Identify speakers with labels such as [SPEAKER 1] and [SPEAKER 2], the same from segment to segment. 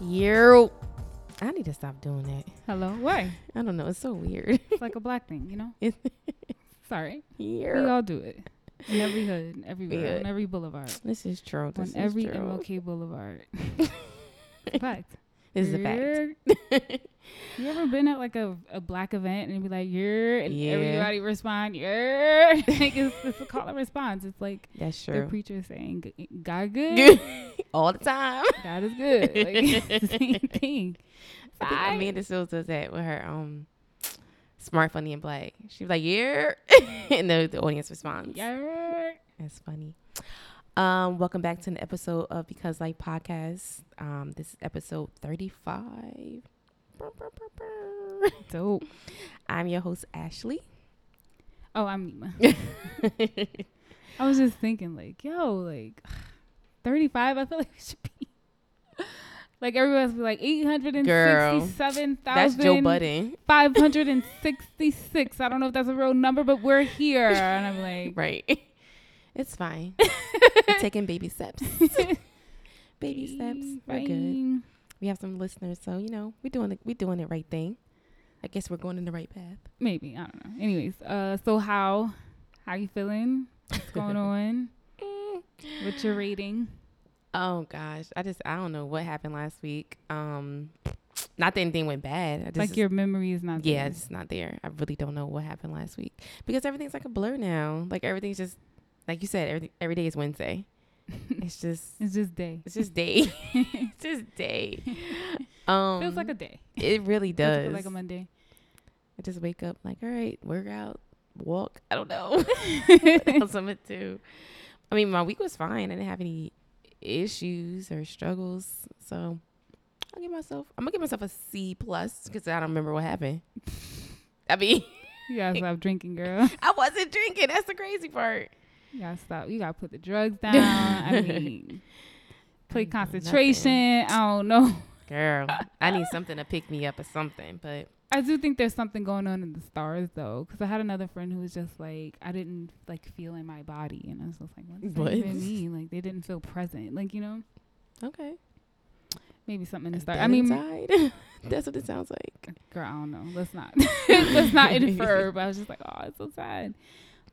[SPEAKER 1] You. I need to stop doing that.
[SPEAKER 2] Hello. Why?
[SPEAKER 1] I don't know. It's so weird.
[SPEAKER 2] It's like a black thing, you know?
[SPEAKER 1] It's
[SPEAKER 2] Sorry. We
[SPEAKER 1] here.
[SPEAKER 2] all do it. In every hood, everywhere,
[SPEAKER 1] Yeah.
[SPEAKER 2] on every boulevard,
[SPEAKER 1] This is true. This
[SPEAKER 2] on every
[SPEAKER 1] is true.
[SPEAKER 2] MLK boulevard. fact.
[SPEAKER 1] This is a fact.
[SPEAKER 2] You're- you ever been at like a, a black event and be like, you're, and
[SPEAKER 1] Yeah.
[SPEAKER 2] everybody respond, you're? like it's, it's a call and response. It's like
[SPEAKER 1] That's
[SPEAKER 2] the
[SPEAKER 1] true.
[SPEAKER 2] preacher saying, "G- God good,
[SPEAKER 1] Good. All the time.
[SPEAKER 2] God is good. Like, it's the same thing.
[SPEAKER 1] I think
[SPEAKER 2] Fine.
[SPEAKER 1] Amanda Seals does that with her um smart, funny, and black. She was like, "Yeah," and the, the audience responds.
[SPEAKER 2] You're.
[SPEAKER 1] That's funny. Um, welcome back to an episode of Because Like Podcast. Um, this is episode thirty-five. Brr, brr, brr, brr.
[SPEAKER 2] Dope.
[SPEAKER 1] I'm your host Ashley.
[SPEAKER 2] Oh, I'm Nima. I was just thinking, like, yo, like, 35. I feel like we should be. Like everyone's like eight hundred and sixty-seven
[SPEAKER 1] That's Joe
[SPEAKER 2] thousand
[SPEAKER 1] Budden,
[SPEAKER 2] five hundred and sixty-six. I don't know if that's a real number, but we're here, and I'm like,
[SPEAKER 1] right? It's fine. We're taking baby steps. baby steps. We're good.
[SPEAKER 2] "Dang."
[SPEAKER 1] We have some listeners, so you know we're doing it. We're doing it right thing. I guess we're going in the right path.
[SPEAKER 2] Maybe I don't know. Anyways, uh, so how how you feeling? What's going on? Mm. What's your rating?
[SPEAKER 1] Oh gosh, I just I don't know what happened last week. Um, not that anything went bad. I just,
[SPEAKER 2] like your memory is not.
[SPEAKER 1] yeah,
[SPEAKER 2] there.
[SPEAKER 1] it's just not there. I really don't know what happened last week because everything's like a blur now. Like everything's just like you said. Every every day is Wednesday. It's just
[SPEAKER 2] It's just day.
[SPEAKER 1] it's just day. it's just day. Um,
[SPEAKER 2] Feels like a day.
[SPEAKER 1] it really
[SPEAKER 2] Feels
[SPEAKER 1] does.
[SPEAKER 2] like a Monday.
[SPEAKER 1] I just wake up like all right, work out, walk. I don't know. what else I'm gonna do? I mean, my week was fine. I didn't have any issues or struggles, so I'll give myself. I'm gonna give myself a C plus because I don't remember what happened. I mean,
[SPEAKER 2] You gotta stop drinking, girl.
[SPEAKER 1] I wasn't drinking. That's the crazy part.
[SPEAKER 2] You gotta stop. You gotta put the drugs down. I mean, play
[SPEAKER 1] ain't doing nothing.
[SPEAKER 2] concentration. I don't know.
[SPEAKER 1] Girl, I need something to pick me up or something. But
[SPEAKER 2] I do think there's something going on in the stars though, because I had another friend who was just like, I didn't like feel in my body, and I was just like, what does
[SPEAKER 1] What?
[SPEAKER 2] that even mean? Like they didn't feel present. Like you know,
[SPEAKER 1] okay,
[SPEAKER 2] maybe something in the
[SPEAKER 1] Is
[SPEAKER 2] stars.
[SPEAKER 1] that
[SPEAKER 2] I mean,
[SPEAKER 1] inside? that's what it sounds like.
[SPEAKER 2] girl, I don't know. Let's not let's not infer. But I was just like, oh, it's so sad.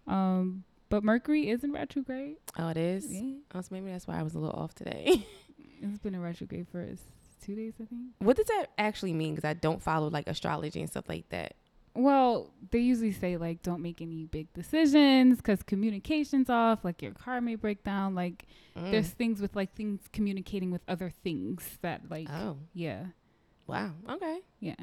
[SPEAKER 2] Um, but Mercury is in retrograde.
[SPEAKER 1] Oh, it is.
[SPEAKER 2] Yeah,
[SPEAKER 1] Oh, so maybe that's why I was a little off today.
[SPEAKER 2] it's been in retrograde for s- two days, I think.
[SPEAKER 1] what does that actually mean? Because I don't follow like astrology and stuff like that.
[SPEAKER 2] Well, they usually say like don't make any big decisions because communication's off. Like your car may break down. Like
[SPEAKER 1] Mm.
[SPEAKER 2] there's things with like things communicating with other things that like
[SPEAKER 1] oh
[SPEAKER 2] yeah
[SPEAKER 1] wow okay.
[SPEAKER 2] yeah.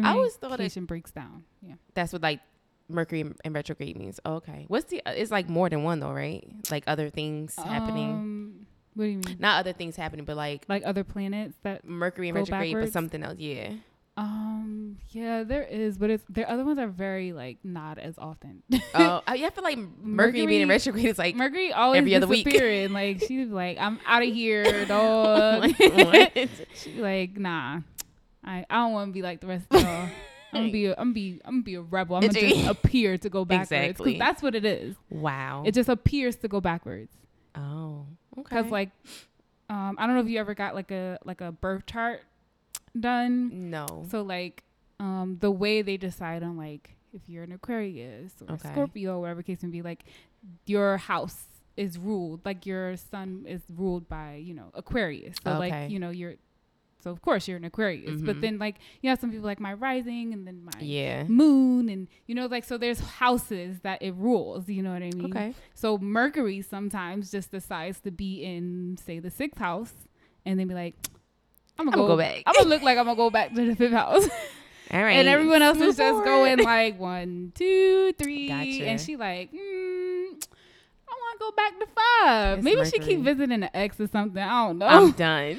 [SPEAKER 1] I always thought it-
[SPEAKER 2] Communication breaks down. Yeah.
[SPEAKER 1] That's what like Mercury in- in retrograde means. Oh, okay. What's the? uh, It's like more than one though, right? Like other things happening.
[SPEAKER 2] Um, what do you mean?
[SPEAKER 1] Not other things happening, but like
[SPEAKER 2] Like other planets that
[SPEAKER 1] Mercury in
[SPEAKER 2] Go
[SPEAKER 1] retrograde, but
[SPEAKER 2] backwards?
[SPEAKER 1] something else. Yeah.
[SPEAKER 2] um yeah there is but it's their other ones are very like not as often.
[SPEAKER 1] Oh, I, yeah, I feel like Mercury, being in
[SPEAKER 2] Mercury-
[SPEAKER 1] retrograde is like.
[SPEAKER 2] Mercury always
[SPEAKER 1] every other week.
[SPEAKER 2] disappearing. like she's like I'm out of here, dog.
[SPEAKER 1] Like, what?
[SPEAKER 2] She be like, nah, I, I don't want to be like the rest of y'all. I'm gonna be a, I'm be I'm gonna be a rebel. I'm gonna just appear to go backwards 'cause
[SPEAKER 1] Exactly. Oh.
[SPEAKER 2] that's what it is.
[SPEAKER 1] wow.
[SPEAKER 2] It just appears to go backwards
[SPEAKER 1] oh. Okay.
[SPEAKER 2] because like um I don't know if you ever got like a like a birth chart done.
[SPEAKER 1] no.
[SPEAKER 2] So like um the way they decide on like if you're an Aquarius or
[SPEAKER 1] Okay.
[SPEAKER 2] Scorpio, whatever case may be, like your house is ruled like your sun is ruled by you know Aquarius. So
[SPEAKER 1] Okay.
[SPEAKER 2] like you know you're so of course you're an Aquarius,
[SPEAKER 1] Mhm.
[SPEAKER 2] but then like you have some people like my rising and then my
[SPEAKER 1] Yeah.
[SPEAKER 2] moon and you know like so there's houses that it rules. You know what I mean?
[SPEAKER 1] Okay.
[SPEAKER 2] So Mercury sometimes just decides to be in say the sixth house and then be like. I'm gonna,
[SPEAKER 1] I'ma
[SPEAKER 2] go,
[SPEAKER 1] go back."
[SPEAKER 2] I'm gonna look like I'm gonna go back to the fifth house,
[SPEAKER 1] All right.
[SPEAKER 2] and everyone else
[SPEAKER 1] Move
[SPEAKER 2] is just
[SPEAKER 1] forward.
[SPEAKER 2] going like one, two, three,
[SPEAKER 1] Gotcha.
[SPEAKER 2] and she like, mm, I want to go back to five.
[SPEAKER 1] It's
[SPEAKER 2] Maybe she
[SPEAKER 1] Mercury.
[SPEAKER 2] keep visiting an ex or something. I don't know.
[SPEAKER 1] I'm done.
[SPEAKER 2] I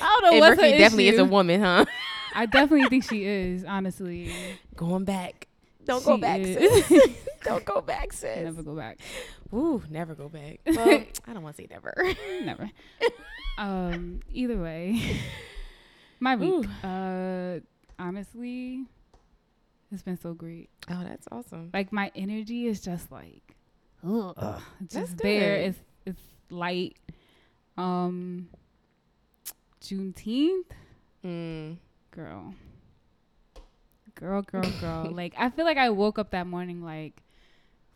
[SPEAKER 2] don't know
[SPEAKER 1] and
[SPEAKER 2] what's
[SPEAKER 1] Mercury
[SPEAKER 2] her
[SPEAKER 1] definitely is
[SPEAKER 2] issue.
[SPEAKER 1] a woman, huh?
[SPEAKER 2] I definitely think she is, honestly.
[SPEAKER 1] Going back. Don't
[SPEAKER 2] She
[SPEAKER 1] go back,
[SPEAKER 2] is.
[SPEAKER 1] sis. Don't go back, sis.
[SPEAKER 2] Never go back.
[SPEAKER 1] Ooh, never go back. Well, I don't want to say never.
[SPEAKER 2] Never. Um, either way. My week. Uh honestly, it's been so great.
[SPEAKER 1] Oh, that's awesome.
[SPEAKER 2] Like my energy is just like ugh, it's
[SPEAKER 1] That's
[SPEAKER 2] just there.
[SPEAKER 1] good.
[SPEAKER 2] It's it's light. Um Juneteenth,
[SPEAKER 1] Mm.
[SPEAKER 2] Um, girl, girl, girl, girl. like I feel like I woke up that morning like,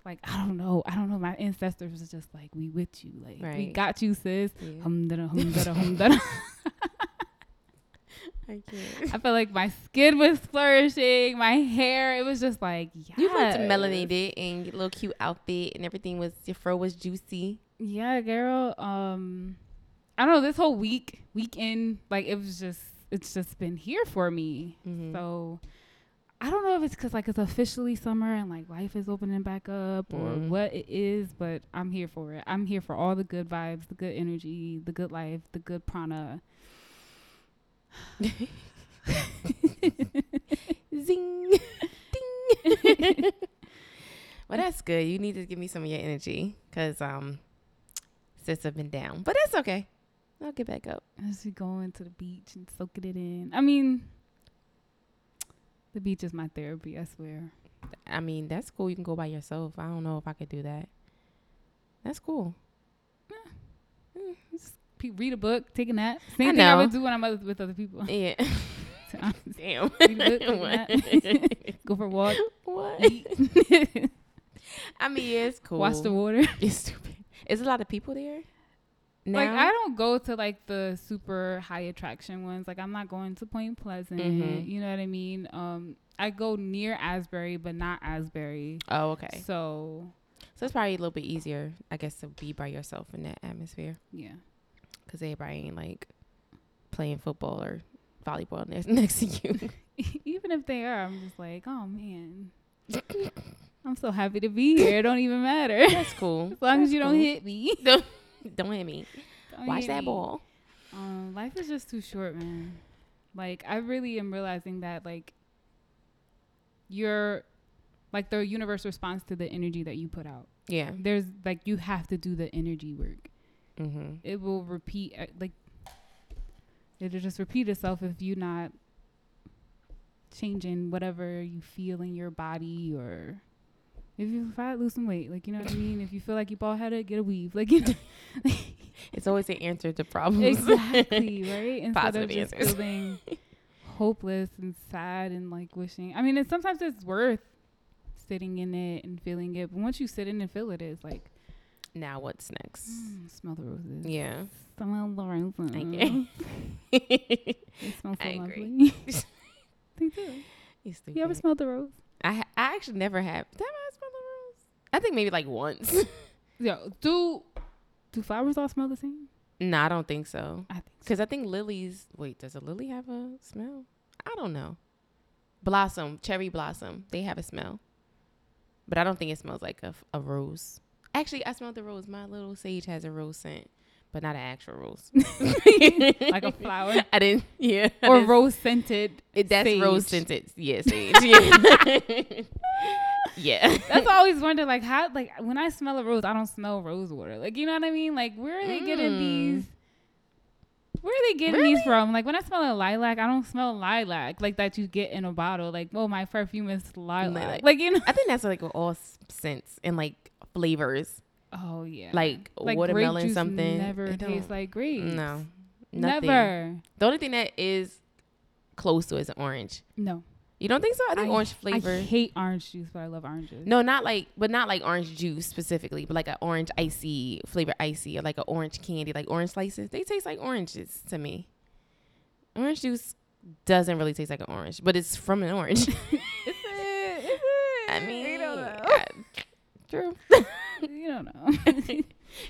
[SPEAKER 2] like I don't know, I don't know. My ancestors was just like, we with you, like we
[SPEAKER 1] Right.
[SPEAKER 2] got you, sis.
[SPEAKER 1] Yeah.
[SPEAKER 2] Hum da hum da hum da.
[SPEAKER 1] I can't.
[SPEAKER 2] I felt like my skin was flourishing, my hair. It was just like yes.
[SPEAKER 1] You looked melanated and your little cute outfit and everything was your fro was juicy.
[SPEAKER 2] Yeah, girl. Um, I don't know. This whole week, weekend, like it was just, it's just been here for me.
[SPEAKER 1] Mm-hmm.
[SPEAKER 2] So I don't know if it's because like it's officially summer and like life is opening back up or
[SPEAKER 1] Mm.
[SPEAKER 2] what it is, but I'm here for it. I'm here for all the good vibes, the good energy, the good life, the good prana.
[SPEAKER 1] Zing, ding. well, that's good. You need to give me some of your energy because um, sis have been down, but that's okay. I'll get back up.
[SPEAKER 2] As we going to the beach and soaking it in. I mean, the beach is my therapy. I swear.
[SPEAKER 1] I mean, that's cool. You can go by yourself. I don't know if I could do that. That's cool.
[SPEAKER 2] Pe- read a book, take a nap. Same thing
[SPEAKER 1] know.
[SPEAKER 2] I would do when I'm other- with other people.
[SPEAKER 1] Yeah.
[SPEAKER 2] So I'm just-
[SPEAKER 1] Damn.
[SPEAKER 2] read a book, take a nap. Go for a walk.
[SPEAKER 1] what?
[SPEAKER 2] eat,
[SPEAKER 1] I mean, it's cool.
[SPEAKER 2] Watch the water.
[SPEAKER 1] It's stupid. Is a lot of people there? Now?
[SPEAKER 2] Like I don't go to like the super high attraction ones. Like I'm not going to Point Pleasant.
[SPEAKER 1] Mhm.
[SPEAKER 2] You know what I mean? Um, I go near Asbury, but not Asbury.
[SPEAKER 1] Oh, okay.
[SPEAKER 2] So
[SPEAKER 1] So it's probably a little bit easier, I guess, to be by yourself in that atmosphere
[SPEAKER 2] yeah,
[SPEAKER 1] because everybody ain't like playing football or volleyball next, next to you.
[SPEAKER 2] even if they are, I'm just like, oh man, I'm so happy to be here. It don't even matter as
[SPEAKER 1] That's cool.
[SPEAKER 2] long as
[SPEAKER 1] That's
[SPEAKER 2] you don't
[SPEAKER 1] cool.
[SPEAKER 2] hit me.
[SPEAKER 1] Don't hit me.
[SPEAKER 2] Don't
[SPEAKER 1] Watch
[SPEAKER 2] hit
[SPEAKER 1] that
[SPEAKER 2] me.
[SPEAKER 1] ball.
[SPEAKER 2] Um, life is just too short, man. Like I really am realizing that like your like the universe responds to the energy that you put out.
[SPEAKER 1] Yeah.
[SPEAKER 2] There's like you have to do the energy work.
[SPEAKER 1] Mm-hmm.
[SPEAKER 2] It will repeat uh, like it'll just repeat itself if you not changing whatever you feel in your body or if you fight, lose some weight. Like you know what I mean? If you feel like you bald headed, get a weave. Like you know,
[SPEAKER 1] It's always an answer to problems.
[SPEAKER 2] exactly right instead
[SPEAKER 1] Positive
[SPEAKER 2] of just
[SPEAKER 1] answers.
[SPEAKER 2] feeling hopeless and sad and like wishing i mean it's sometimes it's worth sitting in it and feeling it but once you sit in and feel it it's like
[SPEAKER 1] now what's next?
[SPEAKER 2] mm, smell the roses
[SPEAKER 1] Yeah.
[SPEAKER 2] smell the roses
[SPEAKER 1] Okay.
[SPEAKER 2] they smell so
[SPEAKER 1] I agree.
[SPEAKER 2] lovely they do
[SPEAKER 1] You
[SPEAKER 2] you ever
[SPEAKER 1] stupid.
[SPEAKER 2] smelled the rose
[SPEAKER 1] I ha- I actually never have. Did I smell the rose? I think maybe like once.
[SPEAKER 2] yeah do do flowers all smell the same
[SPEAKER 1] no, I don't think so.
[SPEAKER 2] i think so
[SPEAKER 1] Because I think lilies. Wait, does a lily have a smell? I don't know. Blossom, cherry blossom, they have a smell, but I don't think it smells like a, f- a rose. Actually, I smelled the rose. My little sage has a rose scent, but not an actual rose.
[SPEAKER 2] like a flower
[SPEAKER 1] I didn't. Yeah. I
[SPEAKER 2] or
[SPEAKER 1] didn't-
[SPEAKER 2] rose scented
[SPEAKER 1] it- that's rose
[SPEAKER 2] sage.
[SPEAKER 1] scented. Yeah, sage. Yeah. yeah.
[SPEAKER 2] That's why I always wonder, like how, like when I smell a rose, I don't smell rose water. Like you know what I mean? Like where are they getting
[SPEAKER 1] Mm.
[SPEAKER 2] these? Where are they getting
[SPEAKER 1] Really?
[SPEAKER 2] these from? Like when I smell a lilac, I don't smell lilac like that you get in a bottle. Like oh, my perfume is lilac.
[SPEAKER 1] Lilac.
[SPEAKER 2] Like you know?
[SPEAKER 1] I think that's like with all s- scents and like flavors,
[SPEAKER 2] Oh yeah.
[SPEAKER 1] like,
[SPEAKER 2] Like,
[SPEAKER 1] watermelon
[SPEAKER 2] grape juice
[SPEAKER 1] something.
[SPEAKER 2] Never
[SPEAKER 1] It don't-
[SPEAKER 2] tastes like grapes.
[SPEAKER 1] No, nothing.
[SPEAKER 2] Never.
[SPEAKER 1] The only thing that is close to is an orange.
[SPEAKER 2] No.
[SPEAKER 1] You don't think so? I think
[SPEAKER 2] I-
[SPEAKER 1] orange
[SPEAKER 2] I
[SPEAKER 1] flavor.
[SPEAKER 2] hate orange juice, but I love oranges.
[SPEAKER 1] No, not like, but not like orange juice specifically, but like an orange icy flavor icy, or like an orange candy, like orange slices. They taste like oranges to me. Orange juice doesn't really taste like an orange, but it's from an orange. I mean,
[SPEAKER 2] you don't know.
[SPEAKER 1] I- true.
[SPEAKER 2] you don't know.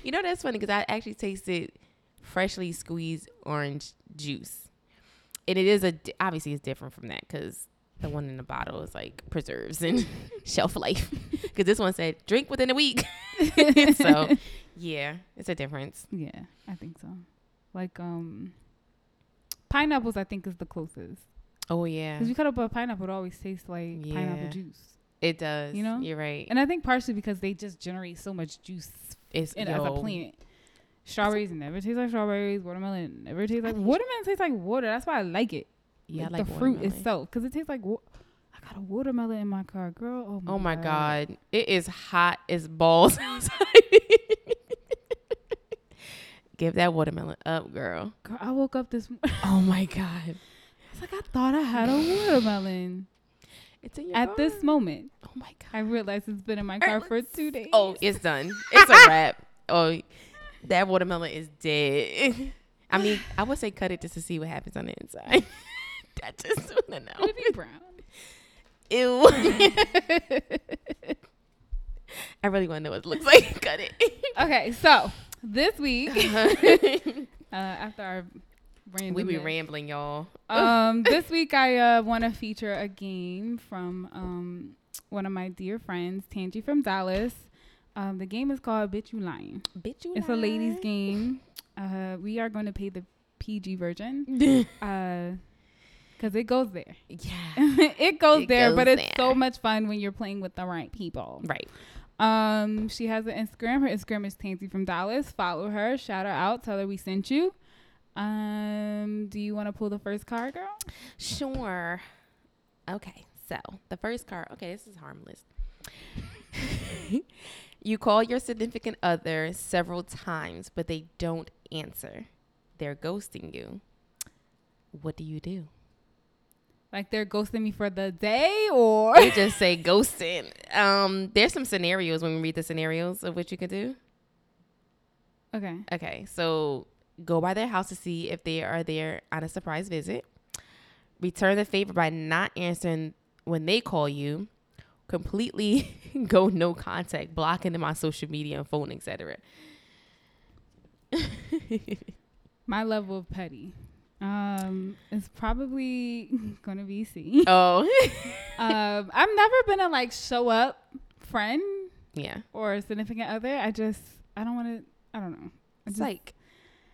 [SPEAKER 1] You know that's funny because I actually tasted freshly squeezed orange juice, and it is a di- obviously it's different from that because the one in the bottle is like preserves and shelf life. Because this one said drink within a week, so yeah, it's a difference.
[SPEAKER 2] Yeah, I think so. Like um pineapples I think is the closest.
[SPEAKER 1] Oh yeah,
[SPEAKER 2] Cuz you cut up a pineapple it always tastes like
[SPEAKER 1] Yeah.
[SPEAKER 2] pineapple juice.
[SPEAKER 1] it does. You
[SPEAKER 2] You
[SPEAKER 1] know,
[SPEAKER 2] know?
[SPEAKER 1] you're right.
[SPEAKER 2] And I think partially because they just generate so much juice
[SPEAKER 1] It's
[SPEAKER 2] in, as a
[SPEAKER 1] yo,
[SPEAKER 2] plant. Strawberries never taste like strawberries. Watermelon never tastes like watermelon tastes like water. That's why I like it.
[SPEAKER 1] Yeah, I
[SPEAKER 2] Like,
[SPEAKER 1] like
[SPEAKER 2] the fruit
[SPEAKER 1] watermelon.
[SPEAKER 2] itself cuz it tastes like wa- I got a watermelon in my car, girl. Oh my,
[SPEAKER 1] Oh my
[SPEAKER 2] god.
[SPEAKER 1] god, it is hot as balls. outside. Give that watermelon up, girl.
[SPEAKER 2] Girl, I woke up this morning.
[SPEAKER 1] Oh my god.
[SPEAKER 2] It's like I thought I had a watermelon.
[SPEAKER 1] It's in your
[SPEAKER 2] At this
[SPEAKER 1] moment.
[SPEAKER 2] moment,
[SPEAKER 1] Oh my god.
[SPEAKER 2] I realized it's been in my car for two days.
[SPEAKER 1] Er, Oh, it's done. It's a wrap. Oh, that watermelon is dead. I mean, I would say cut it just to see what happens on the inside. I just want to know.
[SPEAKER 2] it'd be brown.
[SPEAKER 1] Ew. I really want to know what it looks like. Cut
[SPEAKER 2] Okay, so this week,
[SPEAKER 1] it.
[SPEAKER 2] uh, after our random,
[SPEAKER 1] we be rambling, y'all.
[SPEAKER 2] um, this week I uh, want to feature a game from um one of my dear friends, Tangie from Dallas. Um, the game is called "Bitch You Lying."
[SPEAKER 1] Bitch, you
[SPEAKER 2] It's a ladies' game. Uh, we are going to pay the PG version
[SPEAKER 1] game.
[SPEAKER 2] because it goes there.
[SPEAKER 1] yeah.
[SPEAKER 2] it goes
[SPEAKER 1] It
[SPEAKER 2] there,
[SPEAKER 1] goes
[SPEAKER 2] but it's
[SPEAKER 1] there.
[SPEAKER 2] so much fun when you're playing with the right people.
[SPEAKER 1] Right.
[SPEAKER 2] Um, she has an Instagram. Her Instagram is Tansy from Dallas. Follow her. Shout her out. Tell her we sent you. Um, do you want to pull the first card, girl?
[SPEAKER 1] Sure. Okay. So the first card. Okay, this is harmless. you call your significant other several times, but they don't answer. They're ghosting you. What do you do?
[SPEAKER 2] Like they're ghosting me for the day, or
[SPEAKER 1] You just say ghosting. Um, there's some scenarios when we read the scenarios of what you could do.
[SPEAKER 2] okay,
[SPEAKER 1] Okay, so go by their house to see if they are there on a surprise visit. Return the favor by not answering when they call you. Completely go no contact, blocking them on social media and phone, etc.
[SPEAKER 2] my level of petty. Um, it's probably gonna be C.
[SPEAKER 1] oh,
[SPEAKER 2] um, I've never been a like show up friend
[SPEAKER 1] yeah.
[SPEAKER 2] or significant other. I just I don't want to. I don't know. I
[SPEAKER 1] It's
[SPEAKER 2] just-
[SPEAKER 1] like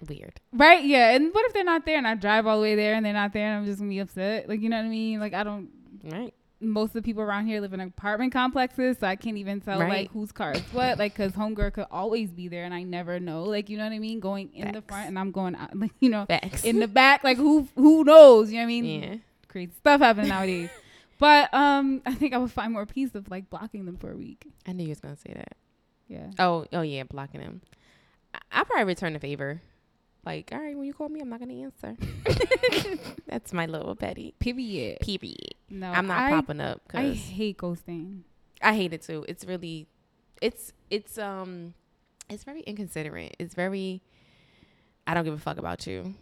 [SPEAKER 1] weird.
[SPEAKER 2] Right, yeah. And what if they're not there and I drive all the way there and they're not there and I'm just gonna be upset? Like, you know what I mean? Like, I don't,
[SPEAKER 1] Right.
[SPEAKER 2] most of the people around here live in apartment complexes, so I can't even tell
[SPEAKER 1] Right.
[SPEAKER 2] like whose car is what. Like, cause homegirl could always be there and I never know. Like, you know what I mean? Going in the
[SPEAKER 1] Facts.
[SPEAKER 2] front and I'm going out, like, you know,
[SPEAKER 1] Facts.
[SPEAKER 2] in the back. Like, who who knows? You know what I mean?
[SPEAKER 1] yeah.
[SPEAKER 2] Crazy stuff happening nowadays. But um, I think I would find more peace of like blocking them for a week.
[SPEAKER 1] I knew you was gonna say that.
[SPEAKER 2] Yeah.
[SPEAKER 1] Oh, oh yeah, blocking them. I I'll probably return the favor. Like, all right, when you call me, I'm not gonna answer. That's my little petty.
[SPEAKER 2] Period.
[SPEAKER 1] Period.
[SPEAKER 2] No,
[SPEAKER 1] I'm not
[SPEAKER 2] Oh, I,
[SPEAKER 1] popping up
[SPEAKER 2] I
[SPEAKER 1] because
[SPEAKER 2] hate ghosting.
[SPEAKER 1] I, hate it too. It's really, it's it's um, it's very inconsiderate. It's very, I don't give a fuck about you.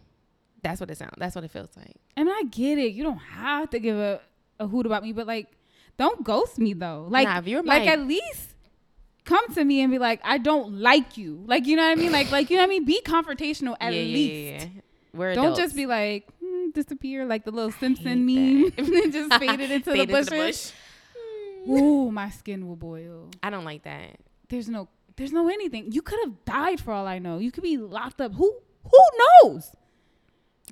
[SPEAKER 1] That's what it sounds. That's what it feels like.
[SPEAKER 2] I mean, I get it. You don't have to give a, a hoot about me, but like, don't ghost me though. Like,
[SPEAKER 1] Nah, if you're
[SPEAKER 2] like
[SPEAKER 1] my-
[SPEAKER 2] at least come to me and be like, I don't like you. Like, you know what I mean? Like, like you know what I mean? Be confrontational at
[SPEAKER 1] yeah,
[SPEAKER 2] least.
[SPEAKER 1] yeah, yeah, yeah. We're
[SPEAKER 2] Don't
[SPEAKER 1] adults.
[SPEAKER 2] just be like mm, disappear like the little Simpson meme
[SPEAKER 1] hate that.
[SPEAKER 2] and then just fade it into the
[SPEAKER 1] Fade
[SPEAKER 2] bushes. Hmm.
[SPEAKER 1] bush.
[SPEAKER 2] Ooh, my skin will boil.
[SPEAKER 1] I don't like that.
[SPEAKER 2] There's no, there's no anything. You could have died for all I know. You could be locked up. Who, who knows?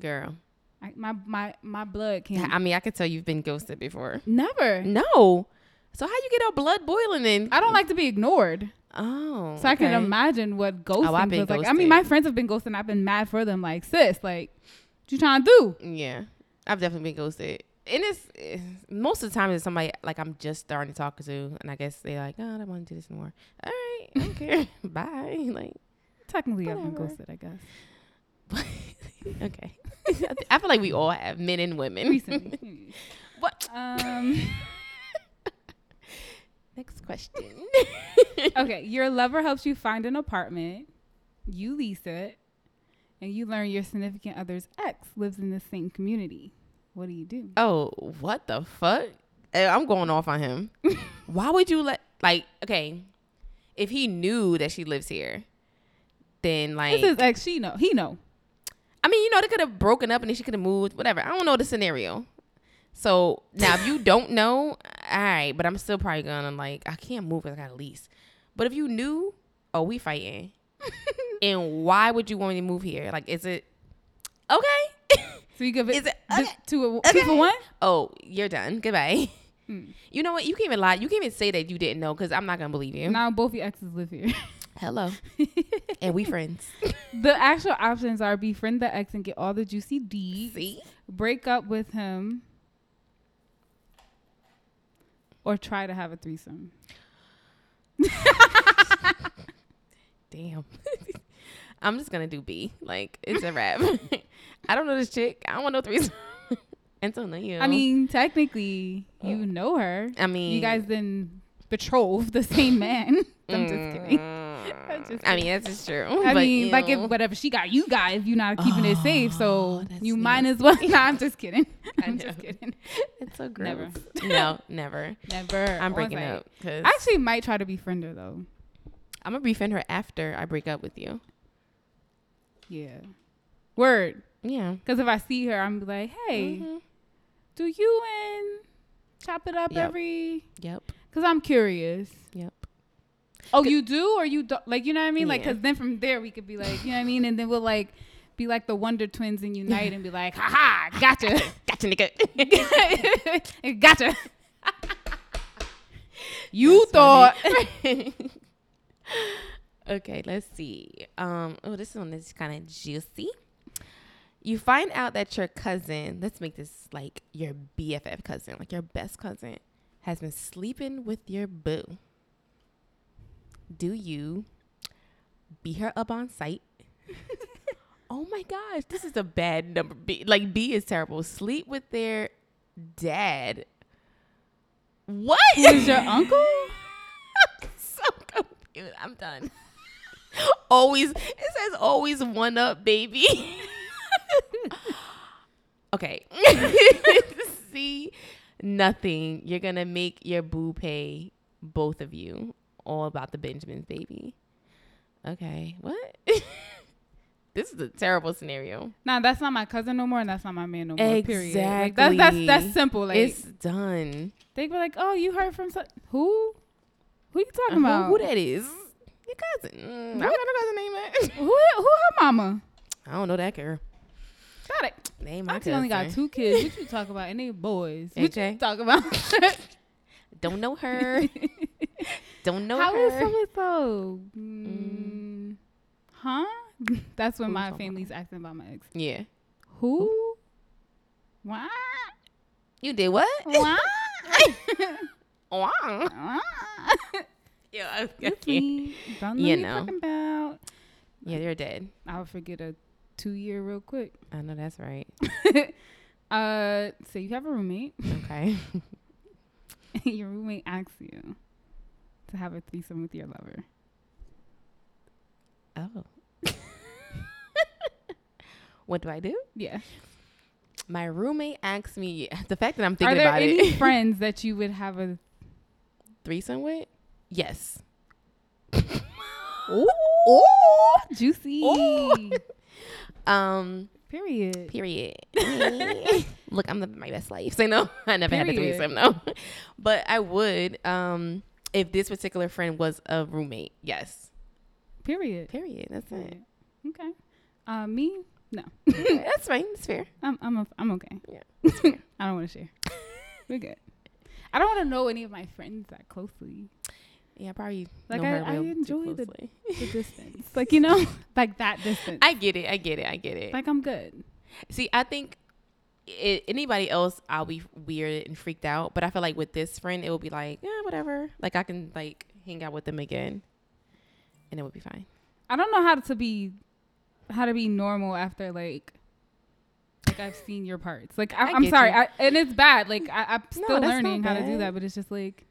[SPEAKER 1] Girl,
[SPEAKER 2] I, my, my, my blood can't.
[SPEAKER 1] I mean, I could tell you've been ghosted before.
[SPEAKER 2] Never.
[SPEAKER 1] No, so how you get our blood boiling then?
[SPEAKER 2] I don't like to be ignored.
[SPEAKER 1] Oh,
[SPEAKER 2] So I can
[SPEAKER 1] okay.
[SPEAKER 2] imagine what ghosting
[SPEAKER 1] Oh, I've been
[SPEAKER 2] feels like. I
[SPEAKER 1] ghosted.
[SPEAKER 2] mean, my friends have been ghosting. I've been mad for them. Like, sis, like, what you trying to do?
[SPEAKER 1] Yeah, I've definitely been ghosted. And it's, it's- most of the time it's somebody like I'm just starting to talk to, and I guess they're like, oh, I don't want to do this anymore. All right, I don't care. Bye. Like,
[SPEAKER 2] Technically, I've been
[SPEAKER 1] Whatever.
[SPEAKER 2] ghosted, I guess.
[SPEAKER 1] okay. I feel like we all have men and women.
[SPEAKER 2] Recently.
[SPEAKER 1] What?
[SPEAKER 2] um,
[SPEAKER 1] Next question.
[SPEAKER 2] okay, your lover helps you find an apartment, you lease it, and you learn your significant other's ex lives in the same community. What do you do?
[SPEAKER 1] Oh, what the fuck? Eh, I'm going off on him. Why would you let like okay? If he knew that she lives here, then like
[SPEAKER 2] This is ex. She know. He know.
[SPEAKER 1] I mean, you know, they could have broken up and then she could have moved, whatever. I don't know the scenario. So now, if you don't know, all right, but I'm still probably gonna like, I can't move 'cause I got a lease. But if you knew, oh, we fighting. and why would you want me to move here? Like, is it okay?
[SPEAKER 2] So you give it,
[SPEAKER 1] Is it- okay,
[SPEAKER 2] just two, two
[SPEAKER 1] okay.
[SPEAKER 2] for one.
[SPEAKER 1] oh, you're done. Goodbye.
[SPEAKER 2] Hmm.
[SPEAKER 1] You know what? You can't even lie. You can't even say that you didn't know because I'm not gonna believe you.
[SPEAKER 2] Now both your exes live here.
[SPEAKER 1] Hello, and we friends.
[SPEAKER 2] The actual options are befriend the ex and get all the juicy deeds,
[SPEAKER 1] See,
[SPEAKER 2] break up with him, or try to have a threesome.
[SPEAKER 1] damn. I'm just gonna do B. Like it's a wrap. I don't know this chick. I don't want no threesome. Until now, you. Uh, mm.
[SPEAKER 2] I mean, technically, you know her.
[SPEAKER 1] I mean,
[SPEAKER 2] You guys then betrothed the same man. I'm just kidding.
[SPEAKER 1] Mm,
[SPEAKER 2] just
[SPEAKER 1] I mean, that's just true.
[SPEAKER 2] I
[SPEAKER 1] But,
[SPEAKER 2] mean,
[SPEAKER 1] you
[SPEAKER 2] like if
[SPEAKER 1] know,
[SPEAKER 2] whatever she got you guys, you're not keeping it safe, so
[SPEAKER 1] Oh, that's
[SPEAKER 2] you might as well. Nah, I'm just kidding.
[SPEAKER 1] I
[SPEAKER 2] I'm
[SPEAKER 1] know.
[SPEAKER 2] just kidding.
[SPEAKER 1] it's so gross.
[SPEAKER 2] Never.
[SPEAKER 1] no, never.
[SPEAKER 2] Never.
[SPEAKER 1] I'm
[SPEAKER 2] On
[SPEAKER 1] breaking
[SPEAKER 2] site.
[SPEAKER 1] up because
[SPEAKER 2] I actually might try to befriend her though.
[SPEAKER 1] I'm gonna befriend her after I break up with you.
[SPEAKER 2] Yeah. Word.
[SPEAKER 1] Yeah.
[SPEAKER 2] Because if I see her, I'm like, hey,
[SPEAKER 1] Mhm.
[SPEAKER 2] do you and chop it up
[SPEAKER 1] Yep.
[SPEAKER 2] every?
[SPEAKER 1] Yep.
[SPEAKER 2] Because I'm curious.
[SPEAKER 1] Yep.
[SPEAKER 2] Oh, you do or you don't? Like, you know what I mean? Like,
[SPEAKER 1] Yeah.
[SPEAKER 2] because then from there we could be like, you know what I mean? And then we'll like be like the Wonder Twins and unite and be like, ha ha, gotcha,
[SPEAKER 1] Gotcha, nigga.
[SPEAKER 2] gotcha. you
[SPEAKER 1] thought.
[SPEAKER 2] thought
[SPEAKER 1] okay, let's see. Um, oh, this one is kind of juicy. You find out that your cousin, let's make this like your BFF cousin, like your best cousin, has been sleeping with your boo. Do you beat her up on sight? oh my gosh, this is a bad number. B, like B is terrible. Sleep with their dad. What
[SPEAKER 2] is your uncle?
[SPEAKER 1] I'm so confused. I'm done. always, it says always one up, baby. okay. See, nothing. You're going to make your boo pay both of you. All about the Benjamins, baby. Okay. What? this is a terrible scenario.
[SPEAKER 2] Nah, that's not my cousin no more, and that's not my man no more. Period. Like, that's that's that's
[SPEAKER 1] Exactly.
[SPEAKER 2] simple. Like
[SPEAKER 1] it's done.
[SPEAKER 2] they were like, oh, you heard from so- who? Who you
[SPEAKER 1] I don't
[SPEAKER 2] talking
[SPEAKER 1] know
[SPEAKER 2] about?
[SPEAKER 1] Uh-huh. who that is? Your cousin. Mm, I don't know her cousin name.
[SPEAKER 2] who who her mama?
[SPEAKER 1] I don't know that girl.
[SPEAKER 2] Got it.
[SPEAKER 1] Name my
[SPEAKER 2] Auntie only got
[SPEAKER 1] cousin.
[SPEAKER 2] two kids. What you talk about? And they boys. What
[SPEAKER 1] AJ?
[SPEAKER 2] you talk about?
[SPEAKER 1] Don't know her. Don't know
[SPEAKER 2] How
[SPEAKER 1] her.
[SPEAKER 2] is someone so? Mm, huh? That's when
[SPEAKER 1] Who's
[SPEAKER 2] my
[SPEAKER 1] someone?
[SPEAKER 2] family's acting about my ex.
[SPEAKER 1] yeah.
[SPEAKER 2] Who? What?
[SPEAKER 1] You did what?
[SPEAKER 2] What?
[SPEAKER 1] Wah.
[SPEAKER 2] What?
[SPEAKER 1] yeah, I was joking.
[SPEAKER 2] Me. Don't know
[SPEAKER 1] You
[SPEAKER 2] what
[SPEAKER 1] know.
[SPEAKER 2] you're talking about.
[SPEAKER 1] yeah, they're dead.
[SPEAKER 2] I'll forget a two year real quick.
[SPEAKER 1] I know that's right.
[SPEAKER 2] uh, so you have a roommate.
[SPEAKER 1] Okay.
[SPEAKER 2] your roommate asks you to have a threesome with your lover.
[SPEAKER 1] oh. what do I do?
[SPEAKER 2] Yeah.
[SPEAKER 1] My roommate asked me the fact that I'm
[SPEAKER 2] Are
[SPEAKER 1] thinking
[SPEAKER 2] there
[SPEAKER 1] about
[SPEAKER 2] any
[SPEAKER 1] it.
[SPEAKER 2] friends that you would have a
[SPEAKER 1] Threesome with? Yes.
[SPEAKER 2] Ooh.
[SPEAKER 1] Ooh.
[SPEAKER 2] juicy
[SPEAKER 1] Ooh. Um.
[SPEAKER 2] period?
[SPEAKER 1] Period. Look, I'm living my best life. So no, I never had a
[SPEAKER 2] Period.
[SPEAKER 1] threesome, no. But I would, um, if this particular friend was a roommate. Yes.
[SPEAKER 2] Period.
[SPEAKER 1] Period. That's it.
[SPEAKER 2] Period. Okay. Uh, me? No.
[SPEAKER 1] That's fine. It's fair.
[SPEAKER 2] I'm I'm a, I'm okay.
[SPEAKER 1] Yeah,
[SPEAKER 2] I don't want to share. We're good. I don't want to know any of my friends that closely.
[SPEAKER 1] Yeah, probably.
[SPEAKER 2] Like,
[SPEAKER 1] know
[SPEAKER 2] I-
[SPEAKER 1] her
[SPEAKER 2] I
[SPEAKER 1] real too
[SPEAKER 2] enjoy the-
[SPEAKER 1] closely.
[SPEAKER 2] The distance, like you know, like that distance.
[SPEAKER 1] I get it. I get it. I get it.
[SPEAKER 2] like I'm good.
[SPEAKER 1] See, I think i anybody else, I'll be weird and freaked out. But I feel like with this friend, it will be like, yeah, whatever. Like I can like hang out with them again, and it would be fine.
[SPEAKER 2] I don't know how to be how to be normal after like like I've seen your parts. Like I,
[SPEAKER 1] I
[SPEAKER 2] I am
[SPEAKER 1] get
[SPEAKER 2] sorry,
[SPEAKER 1] you.
[SPEAKER 2] I, and it's bad. Like I, I'm
[SPEAKER 1] No,
[SPEAKER 2] still
[SPEAKER 1] that's
[SPEAKER 2] learning
[SPEAKER 1] not
[SPEAKER 2] how to do
[SPEAKER 1] bad.
[SPEAKER 2] that, but it's just like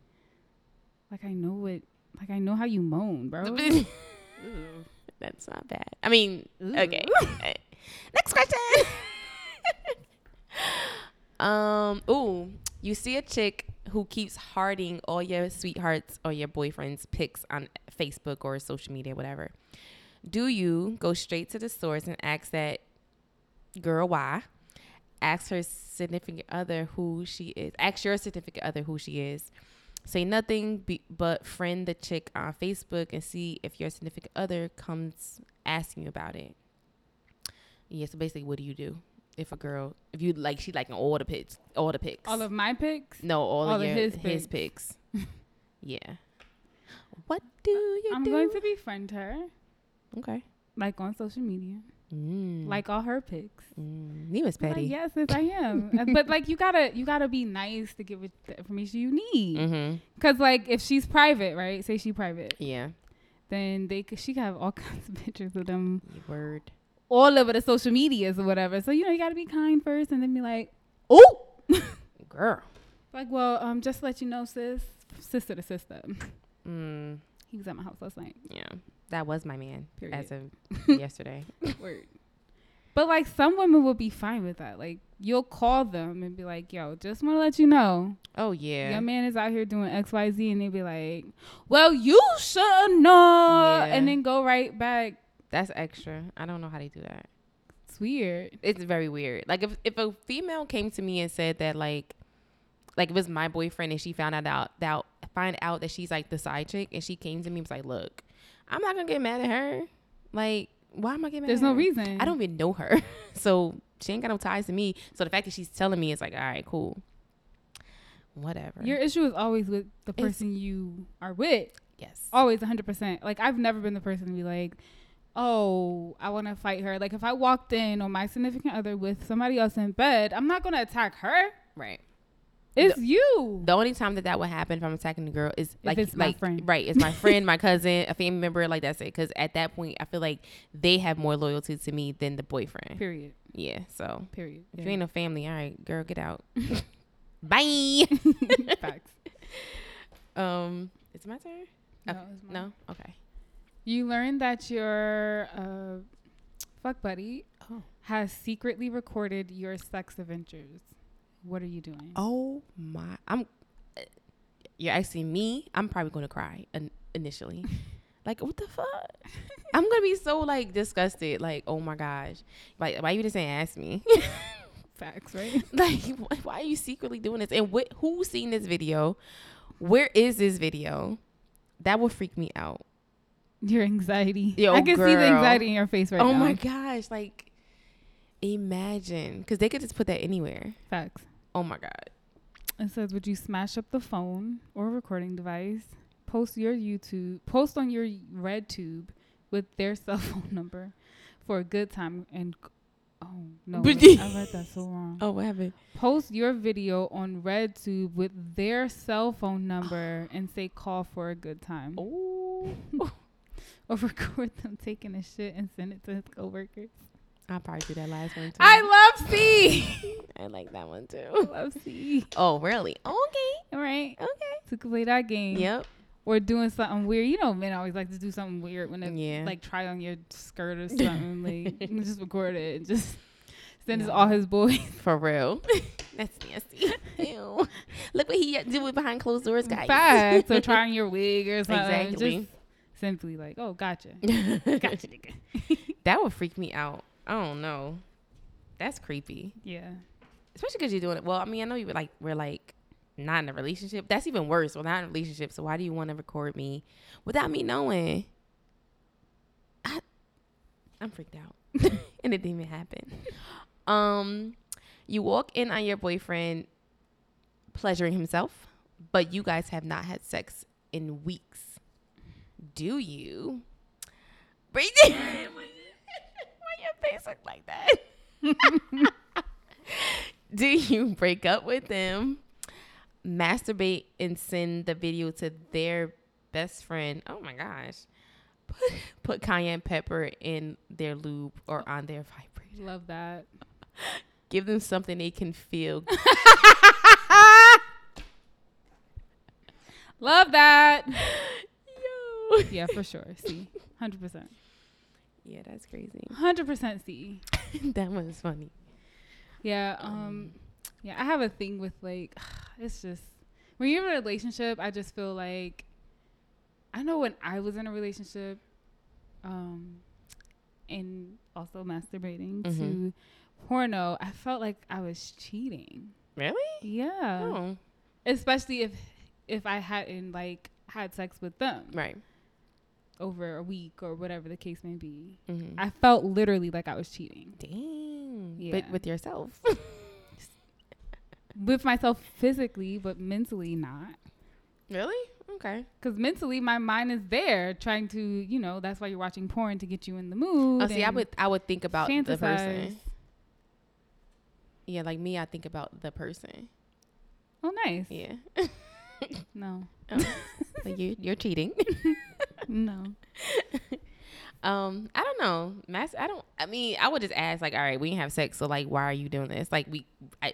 [SPEAKER 2] like I know what like I know how you moan, bro.
[SPEAKER 1] That's not bad. I mean, okay. Next question. um. Ooh, you see a chick who keeps hearting all your sweethearts or your boyfriend's pics on Facebook or social media, whatever. Do you go straight to the source and ask that girl why? Ask her significant other who she is. Ask your significant other who she is. Say nothing be, but friend the chick on Facebook and see if your significant other comes asking you about it. Yeah, so basically, what do you do if a girl, if you like, she liking all the pics, all the pics,
[SPEAKER 2] All of my pics.
[SPEAKER 1] no, all,
[SPEAKER 2] all
[SPEAKER 1] of,
[SPEAKER 2] of
[SPEAKER 1] your, his,
[SPEAKER 2] his
[SPEAKER 1] pics. yeah. What do you
[SPEAKER 2] Uh, I'm
[SPEAKER 1] do?
[SPEAKER 2] going to befriend her,
[SPEAKER 1] okay.
[SPEAKER 2] like on social media,
[SPEAKER 1] Mm.
[SPEAKER 2] like all her pics.
[SPEAKER 1] mm, he was
[SPEAKER 2] I'm like,
[SPEAKER 1] petty.
[SPEAKER 2] yes, yes, I am. Uh, but like you gotta you gotta be nice to give it the information you need.
[SPEAKER 1] Mm-hmm.
[SPEAKER 2] Cause like if she's private, right? Say she private,
[SPEAKER 1] Yeah.
[SPEAKER 2] then they could, she could have all kinds of pictures of them
[SPEAKER 1] Word.
[SPEAKER 2] all over the social medias or whatever. So you know you gotta be kind first, and then be like, oh,
[SPEAKER 1] Girl.
[SPEAKER 2] like well, um, just to let you know, sis, sister to sister.
[SPEAKER 1] Mm,
[SPEAKER 2] He was at my house last night.
[SPEAKER 1] yeah. That was my man
[SPEAKER 2] Period.
[SPEAKER 1] as of yesterday.
[SPEAKER 2] Word. But like some women will be fine with that. Like you'll call them and be like, "Yo, just want to let you know,
[SPEAKER 1] Oh, yeah.
[SPEAKER 2] your man is out here doing X, Y, Z," and they be like, "Well, you should know,"
[SPEAKER 1] Yeah.
[SPEAKER 2] and then go right back.
[SPEAKER 1] That's extra. I don't know how they do that.
[SPEAKER 2] It's weird.
[SPEAKER 1] It's very weird. Like, if, if a female came to me and said that, like, like if it was my boyfriend and she found out out that find out that she's like the side chick and she came to me and was like, look, I'm not gonna get mad at her. Like, why am I getting mad?
[SPEAKER 2] There's
[SPEAKER 1] at
[SPEAKER 2] no
[SPEAKER 1] her?
[SPEAKER 2] reason.
[SPEAKER 1] I don't even know her. So she ain't got no ties to me. So the fact that she's telling me it's like, all right, cool. Whatever.
[SPEAKER 2] Your issue is always with the
[SPEAKER 1] It's-
[SPEAKER 2] person you are with.
[SPEAKER 1] yes.
[SPEAKER 2] Always 100%. Like I've never been the person to be like, "Oh, I want to fight her." Like if I walked in on my significant other with somebody else in bed, I'm not going to attack her.
[SPEAKER 1] Right.
[SPEAKER 2] It's you.
[SPEAKER 1] The only time that that would happen if I'm attacking the girl is like,
[SPEAKER 2] it's my
[SPEAKER 1] like
[SPEAKER 2] friend.
[SPEAKER 1] right, it's my friend, my cousin, a family member, like that's it. Because at that point, I feel like they have more loyalty to me than the boyfriend.
[SPEAKER 2] Period.
[SPEAKER 1] Yeah. So
[SPEAKER 2] Period.
[SPEAKER 1] if you ain't a family, all right, girl, get out. Bye.
[SPEAKER 2] Facts.
[SPEAKER 1] Um, it's my turn.
[SPEAKER 2] No,
[SPEAKER 1] Okay.
[SPEAKER 2] it's mine.
[SPEAKER 1] No. Okay.
[SPEAKER 2] You learn that your uh, fuck buddy
[SPEAKER 1] Oh.
[SPEAKER 2] has secretly recorded your sex adventures. What are you doing?
[SPEAKER 1] Oh my! I'm. You're asking me. I'm probably going to cry in, initially. like what the fuck? I'm gonna be so like disgusted. Like oh my gosh! Like why you just ain't ask me?
[SPEAKER 2] Facts, right?
[SPEAKER 1] like wh- why are you secretly doing this? And wh- who's seen this video? Where is this video? That would freak me out.
[SPEAKER 2] Your anxiety.
[SPEAKER 1] Yo,
[SPEAKER 2] I can see the
[SPEAKER 1] girl.
[SPEAKER 2] anxiety in your face right
[SPEAKER 1] oh
[SPEAKER 2] now.
[SPEAKER 1] my gosh! Like imagine because they could just put that anywhere.
[SPEAKER 2] Facts.
[SPEAKER 1] Oh my god!
[SPEAKER 2] It says, would you smash up the phone or recording device? Post your YouTube, post on your RedTube with their cell phone number for a good time and. Oh no!
[SPEAKER 1] But-
[SPEAKER 2] wait, I read that so wrong.
[SPEAKER 1] Oh what happened?
[SPEAKER 2] Post your video on RedTube with their cell phone number and say call for a good time.
[SPEAKER 1] Oh,
[SPEAKER 2] Or record them taking a shit and send it to his coworkers.
[SPEAKER 1] I'll probably do that last one too.
[SPEAKER 2] I love C.
[SPEAKER 1] I like that one too.
[SPEAKER 2] I love C.
[SPEAKER 1] Oh, really? Okay.
[SPEAKER 2] All right.
[SPEAKER 1] Okay.
[SPEAKER 2] To play that game.
[SPEAKER 1] Yep.
[SPEAKER 2] Or doing something weird. You know men always like to do something weird when they
[SPEAKER 1] Yeah.
[SPEAKER 2] like try on your skirt or something. like and just record it and just send it to
[SPEAKER 1] No.
[SPEAKER 2] all his boys.
[SPEAKER 1] For real. That's nasty. Ew. Look what he do with behind closed doors, guys.
[SPEAKER 2] Facts. or trying your wig or something.
[SPEAKER 1] Exactly.
[SPEAKER 2] Just simply like, oh gotcha. Gotcha nigga.
[SPEAKER 1] that would freak me out. I don't know. That's creepy.
[SPEAKER 2] Yeah.
[SPEAKER 1] Especially because you're doing it. Well, I mean, I know you were like we're like not in a relationship. That's even worse. We're not in a relationship. So why do you want to record me without me knowing? I, I'm freaked out, and it didn't even happen. Um, you walk in on your boyfriend pleasuring himself, but you guys have not had sex in weeks. Do you? Breathe in. Why your face look like that? Do you break up with them, masturbate, and send the video to their best friend? Oh my gosh. Put, put cayenne pepper in their lube or on their vibrator.
[SPEAKER 2] Love that.
[SPEAKER 1] Give them something they can feel.
[SPEAKER 2] Love that.
[SPEAKER 1] Yo.
[SPEAKER 2] yeah, for sure. See, hundred percent,
[SPEAKER 1] Yeah, that's crazy.
[SPEAKER 2] hundred percent. See,
[SPEAKER 1] that was funny.
[SPEAKER 2] yeah, um, yeah. I have a thing with like, it's just when you're in a relationship, I just feel like, I know when I was in a relationship, um, and also masturbating to
[SPEAKER 1] Mhm.
[SPEAKER 2] porno, I felt like I was cheating.
[SPEAKER 1] Really?
[SPEAKER 2] Yeah,
[SPEAKER 1] Oh,
[SPEAKER 2] especially if if I hadn't like had sex with them
[SPEAKER 1] right.
[SPEAKER 2] over a week or whatever the case may be.
[SPEAKER 1] Mhm.
[SPEAKER 2] I felt literally like I was cheating.
[SPEAKER 1] Dang.
[SPEAKER 2] Yeah.
[SPEAKER 1] But with yourself.
[SPEAKER 2] with myself physically, but mentally not.
[SPEAKER 1] really? Okay.
[SPEAKER 2] Because mentally, my mind is there trying to, you know, that's why you're watching porn to get you in the mood.
[SPEAKER 1] Oh, see, I
[SPEAKER 2] and
[SPEAKER 1] would I would think about the
[SPEAKER 2] fantasize.
[SPEAKER 1] person. Yeah, like me, I think about the person.
[SPEAKER 2] Oh, nice.
[SPEAKER 1] Yeah. Oh.
[SPEAKER 2] No.
[SPEAKER 1] Like you, you're cheating.
[SPEAKER 2] no.
[SPEAKER 1] Um, I don't know. Mas- I don't. I mean, I would just ask, like, all right, we didn't have sex, so like, why are you doing this? Like, we, I,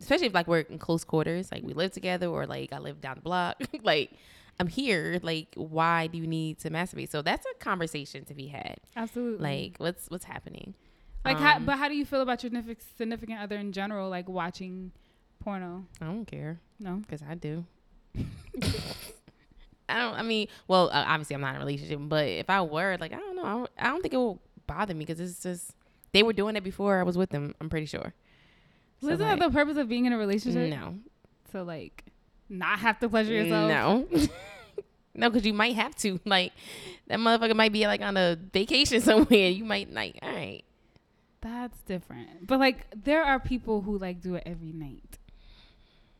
[SPEAKER 1] especially if like we're in close quarters, like we live together, or like I live down the block, like I'm here. Like, why do you need to masturbate? So that's a conversation to be had.
[SPEAKER 2] Absolutely.
[SPEAKER 1] Like, what's what's happening?
[SPEAKER 2] Like, how,
[SPEAKER 1] Um,
[SPEAKER 2] but how do you feel about your nif- significant other in general, like watching porno?
[SPEAKER 1] I don't care
[SPEAKER 2] No.
[SPEAKER 1] because I do. I don't. I mean, well, uh, obviously I'm not in a relationship, but if I were, like, I don't know. I don't, I don't think it will bother me because it's just they were doing it before I was with them. I'm pretty sure. So,
[SPEAKER 2] Isn't
[SPEAKER 1] like,
[SPEAKER 2] that the purpose of being in a relationship?
[SPEAKER 1] no,
[SPEAKER 2] To like not have to pleasure yourself.
[SPEAKER 1] No. no, because you might have to. Like, that motherfucker might be like on a vacation somewhere. You might, like, all right.
[SPEAKER 2] That's different. But like there are people who like do it every night.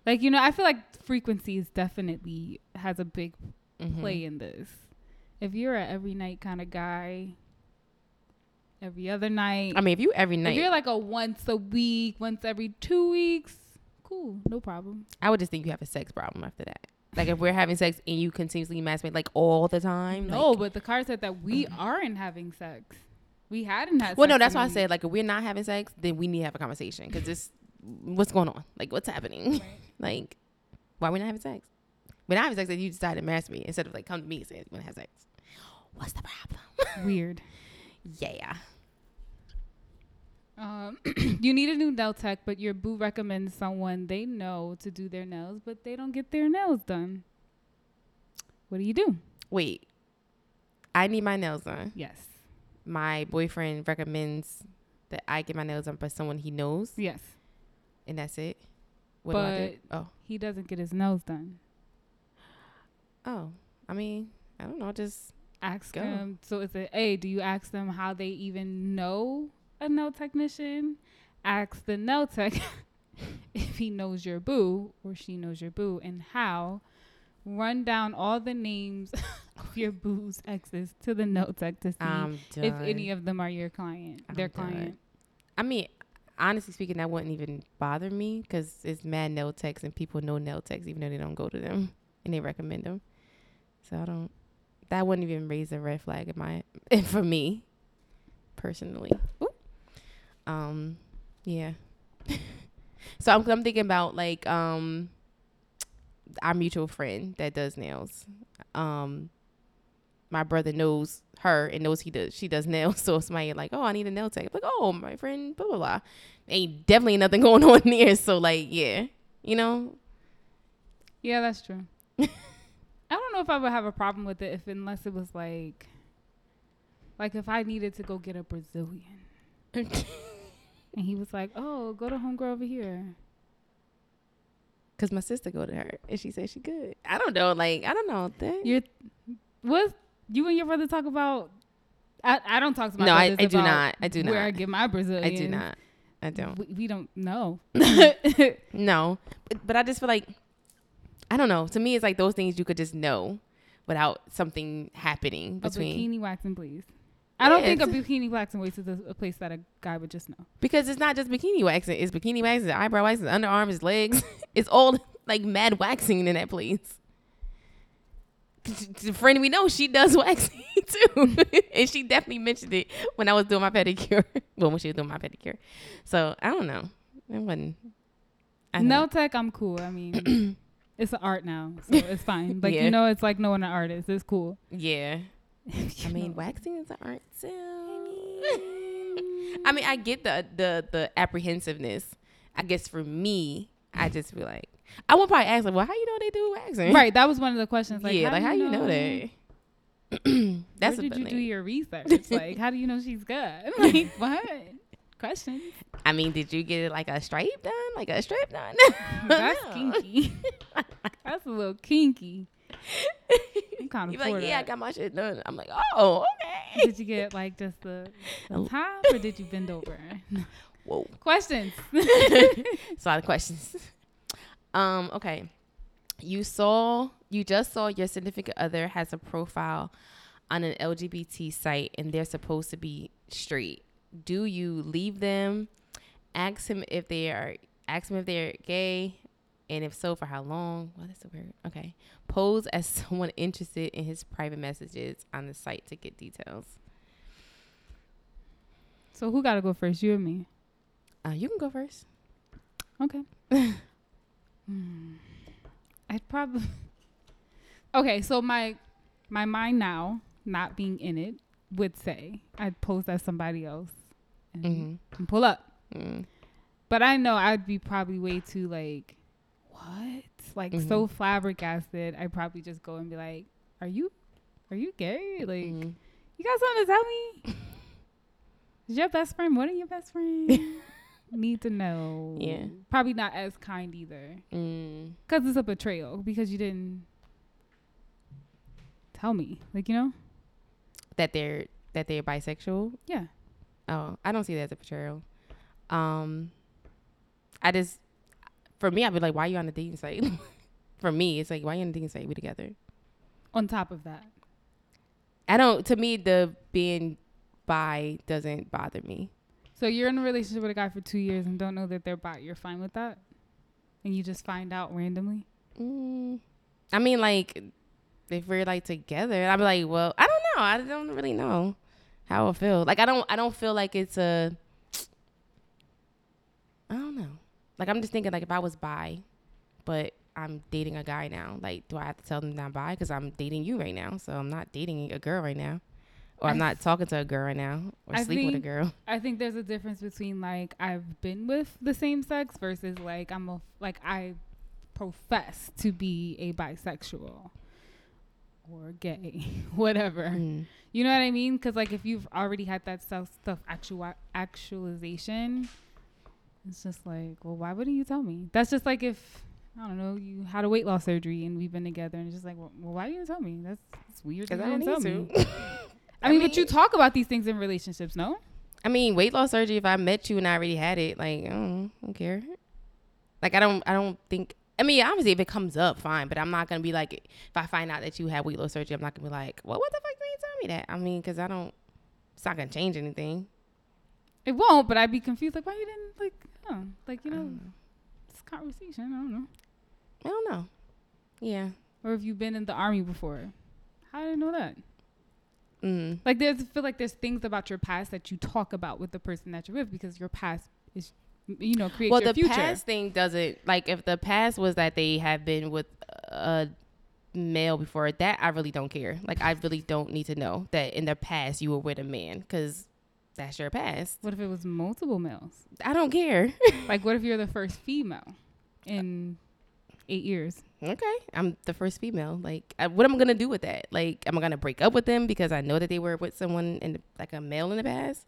[SPEAKER 2] Like, you know, I feel like frequencies definitely has a big
[SPEAKER 1] Mhm.
[SPEAKER 2] play in this. If you're a every night kind of guy, every other night,
[SPEAKER 1] I mean, if you every
[SPEAKER 2] if you're
[SPEAKER 1] night,
[SPEAKER 2] like a once a week, once every two weeks, cool, no problem.
[SPEAKER 1] I would just think you have a sex problem after that. Like, if we're having sex and you continuously masturbate, like, all the time.
[SPEAKER 2] No,
[SPEAKER 1] like-
[SPEAKER 2] but the card said that we aren't having sex. We hadn't had.
[SPEAKER 1] Mm-hmm. Well,
[SPEAKER 2] sex
[SPEAKER 1] no,
[SPEAKER 2] in
[SPEAKER 1] that's
[SPEAKER 2] a
[SPEAKER 1] why I
[SPEAKER 2] week.
[SPEAKER 1] said, like, if we're not having sex, then we need to have a conversation because this, what's going on? Like, what's happening? Like, why we not having sex? We're not having sex and you decide to masturbate instead of, like, come to me and say, you want to have sex. What's the problem?
[SPEAKER 2] weird.
[SPEAKER 1] Yeah.
[SPEAKER 2] Um, you need a new nail tech, but your boo recommends someone they know to do their nails, but they don't get their nails done. What do you do?
[SPEAKER 1] Wait. I need my nails done.
[SPEAKER 2] Yes,
[SPEAKER 1] my boyfriend recommends that I get my nails done by someone he knows,
[SPEAKER 2] yes,
[SPEAKER 1] and that's it. What do I do? Oh,
[SPEAKER 2] he doesn't get his nails done.
[SPEAKER 1] oh. I mean, I don't know. Just
[SPEAKER 2] ask
[SPEAKER 1] Go.
[SPEAKER 2] them. Um, So it's a A. Do you ask them how they even know a nail technician? Ask the nail tech if he knows your boo or she knows your boo and how. Run down all the names of your boo's exes to the nail tech to see
[SPEAKER 1] um.
[SPEAKER 2] if any of them are your client,
[SPEAKER 1] I'm
[SPEAKER 2] their
[SPEAKER 1] done.
[SPEAKER 2] client.
[SPEAKER 1] I mean, honestly speaking, that wouldn't even bother me because it's mad nail techs and people know nail techs even though they don't go to them and they recommend them. So I don't. That wouldn't even raise a red flag in my for me, personally. Ooh. Um, yeah. so I'm I'm thinking about like um our mutual friend that does nails. Um, my brother knows her and knows he does she does nails. So if somebody like, oh, I need a nail tech, I'm like, oh, my friend, blah blah blah. Ain't definitely nothing going on there. So like, yeah, you know,
[SPEAKER 2] Yeah, that's true. I don't know if I would have a problem with it if unless it was like like if I needed to go get a Brazilian. and he was like, "Oh, go to homegirl over here."
[SPEAKER 1] cause my sister go to her and she said she good. I don't know, like I don't know that.
[SPEAKER 2] You're what you and your brother talk about? I, I don't talk to my
[SPEAKER 1] no, I,
[SPEAKER 2] brothers
[SPEAKER 1] I do
[SPEAKER 2] about
[SPEAKER 1] not. I do
[SPEAKER 2] where I
[SPEAKER 1] not.
[SPEAKER 2] get my Brazilian.
[SPEAKER 1] I do not. I don't.
[SPEAKER 2] We, we don't know.
[SPEAKER 1] No, but, but I just feel like I don't know. To me, it's like those things you could just know without something happening between.
[SPEAKER 2] a bikini waxing, please. I don't think a
[SPEAKER 1] Yes.
[SPEAKER 2] bikini waxing waste is a, a place that a guy would just know.
[SPEAKER 1] Because it's not just bikini waxing. It's bikini waxing, it's eyebrow waxing, it's underarms, it's legs. It's all like mad waxing in that place. 'Cause The friend we know, she does waxing too. and she definitely mentioned it when I was doing my pedicure. Well, when she was doing my pedicure. So I don't know. It wasn't. I don't
[SPEAKER 2] No
[SPEAKER 1] know.
[SPEAKER 2] tech, I'm cool. I mean, it's an art now, so it's fine. Like
[SPEAKER 1] Yeah.
[SPEAKER 2] you know, it's like knowing an artist. It's cool.
[SPEAKER 1] Yeah. I
[SPEAKER 2] You
[SPEAKER 1] mean,
[SPEAKER 2] know.
[SPEAKER 1] waxing is an art too. I mean, I get the the the apprehensiveness. I guess for me, I just feel like I would probably ask like, well, how you know they do waxing?
[SPEAKER 2] right? That was one of the questions. Like,
[SPEAKER 1] yeah, like how you know, that? That's
[SPEAKER 2] Where
[SPEAKER 1] a
[SPEAKER 2] did you
[SPEAKER 1] thing.
[SPEAKER 2] do your research? like, how do you know she's good? Like, what? Question.
[SPEAKER 1] I mean, did you get like a stripe done? Like a strip done?
[SPEAKER 2] That's
[SPEAKER 1] No.
[SPEAKER 2] kinky. That's a little kinky. I'm kind
[SPEAKER 1] You're
[SPEAKER 2] of
[SPEAKER 1] like,
[SPEAKER 2] like,
[SPEAKER 1] yeah, I got my shit done. I'm like, oh, okay.
[SPEAKER 2] Did you get like just the,
[SPEAKER 1] A
[SPEAKER 2] the
[SPEAKER 1] l-
[SPEAKER 2] top, or did you bend over?
[SPEAKER 1] Whoa.
[SPEAKER 2] Questions.
[SPEAKER 1] It's a lot of questions. Um, okay. You saw you just saw your significant other has a profile on an LGBT site and they're supposed to be straight. Do you leave them? Ask him if they are ask him if they're gay, And if so, for how long? Well, that's a word. Okay. Pose as someone interested in his private messages on the site to get details.
[SPEAKER 2] So who got to go first? You or me?
[SPEAKER 1] Uh, you can go first.
[SPEAKER 2] Okay. Hmm. I'd probably. Okay, so my my mind now, not being in it, would say I'd pose as somebody else and,
[SPEAKER 1] Mm-hmm.
[SPEAKER 2] and pull up.
[SPEAKER 1] Mm.
[SPEAKER 2] But I know I'd be probably way too like, what? Like so flabbergasted. I'd probably just go and be like, "Are you, are you gay? Like,
[SPEAKER 1] Mm.
[SPEAKER 2] you got something to tell me? Is your best friend more than your best friend? Need to know.
[SPEAKER 1] Yeah.
[SPEAKER 2] Probably not as kind either,
[SPEAKER 1] Mm.
[SPEAKER 2] because it's a betrayal. Because you didn't tell me. Like you know.
[SPEAKER 1] That they're that they're bisexual.
[SPEAKER 2] Yeah.
[SPEAKER 1] Oh, I don't see that as a portrayal. Um, I just, for me, I'd be like, why are you on the dating site? for me, it's like, why you on the dating site? We together.
[SPEAKER 2] On top of that.
[SPEAKER 1] I don't. To me, the being bi doesn't bother me.
[SPEAKER 2] So you're in a relationship with a guy for two years and don't know that they're bi. You're fine with that, and you just find out randomly.
[SPEAKER 1] Mm, I mean, like, if we're like together, I'd be like, well, I don't know. I don't really know how I feel. Like, I don't. I don't feel like it's a. I don't know. Like, I'm just thinking like if I was bi, but I'm dating a guy now. Like, do I have to tell them that I'm bi? Because I'm dating you right now, so I'm not dating a girl right now, or I'm
[SPEAKER 2] I
[SPEAKER 1] not talking to a girl right now, or
[SPEAKER 2] I
[SPEAKER 1] sleeping with a
[SPEAKER 2] think-
[SPEAKER 1] girl.
[SPEAKER 2] I think there's a difference between like I've been with the same sex versus like I'm a like I profess to be a bisexual or gay, whatever.
[SPEAKER 1] Mm.
[SPEAKER 2] You know what I mean? Because like if you've already had that self stuff actual actualization, it's just like, well, why wouldn't you tell me? That's just like if I don't know you had a weight loss surgery and we've been together and it's just like, well, well why didn't you tell me? That's, that's weird. that
[SPEAKER 1] 'Cause
[SPEAKER 2] You
[SPEAKER 1] I
[SPEAKER 2] didn't tell
[SPEAKER 1] don't
[SPEAKER 2] me.
[SPEAKER 1] need
[SPEAKER 2] I
[SPEAKER 1] I
[SPEAKER 2] mean, but you
[SPEAKER 1] mean-
[SPEAKER 2] talk about these things in relationships, no?
[SPEAKER 1] I mean, weight loss surgery. If I met you and I already had it, like I don't, I don't care. Like I don't, I don't think. I mean, obviously, if it comes up, fine. But I'm not gonna be like, if I find out that you had weight loss surgery, I'm not gonna be like, well, what the fuck? You ain't tell me that. I mean, because I don't. It's not gonna change anything.
[SPEAKER 2] It won't, but I'd be confused. Like, why you didn't like, oh, like you
[SPEAKER 1] I
[SPEAKER 2] know,
[SPEAKER 1] don't
[SPEAKER 2] this conversation. I don't know.
[SPEAKER 1] I don't know. Yeah.
[SPEAKER 2] Or have you been in the army before? How did I know that?
[SPEAKER 1] Mm.
[SPEAKER 2] Like, there's I feel like there's things about your past that you talk about with the person that you're with because your past is, you know, creates
[SPEAKER 1] Well,
[SPEAKER 2] your
[SPEAKER 1] the
[SPEAKER 2] future.
[SPEAKER 1] past thing doesn't like if the past was that they have been with a male before that, I really don't care. Like I really don't need to know that in the past you were with a man because that's your past.
[SPEAKER 2] What if it was multiple males?
[SPEAKER 1] I don't care.
[SPEAKER 2] like, what if you're the first female in eight years?
[SPEAKER 1] Okay, I'm the first female. Like, I, what am I gonna do with that? Like, am I gonna break up with them because I know that they were with someone in the, like a male in the past?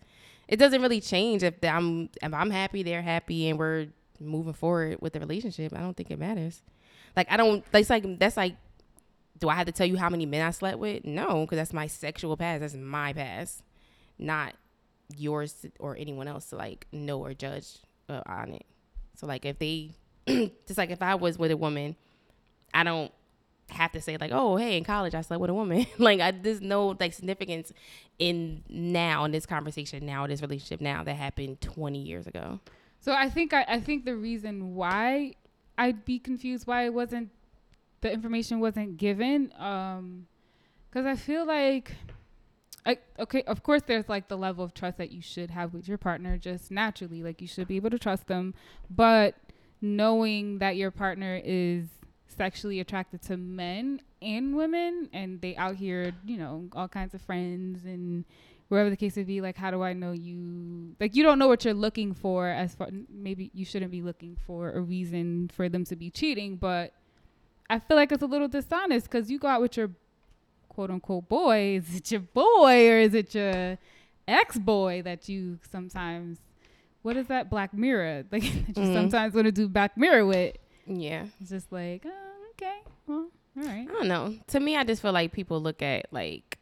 [SPEAKER 1] It doesn't really change if I'm if I'm happy, they're happy, and we're moving forward with the relationship. I don't think it matters. Like, I don't. That's like that's like. Do I have to tell you how many men I slept with? No, because that's my sexual past. That's my past, not yours or anyone else to like know or judge uh, on it. So like, if they just like if I was with a woman I don't have to say like, oh, hey, in college I slept with a woman. like I there's no like significance in now in this conversation now this relationship now that happened 20 years ago.
[SPEAKER 2] So I think I, I think the reason why I'd be confused why it wasn't the information wasn't given um cuz I feel like I, okay, of course there's like the level of trust that you should have with your partner just naturally like you should be able to trust them but knowing that your partner is sexually attracted to men and women and they out here, you know, all kinds of friends and wherever the case would be, like, how do I know you? Like, you don't know what you're looking for as far, maybe you shouldn't be looking for a reason for them to be cheating, but I feel like it's a little dishonest because you go out with your quote unquote boy. Is it your boy or is it your ex boy that you sometimes, what is that Black Mirror? Like, that you
[SPEAKER 1] Mhm.
[SPEAKER 2] sometimes want to do Black Mirror with.
[SPEAKER 1] Yeah.
[SPEAKER 2] It's just like, oh, okay, well, all right.
[SPEAKER 1] I don't know. To me I just feel like people look at like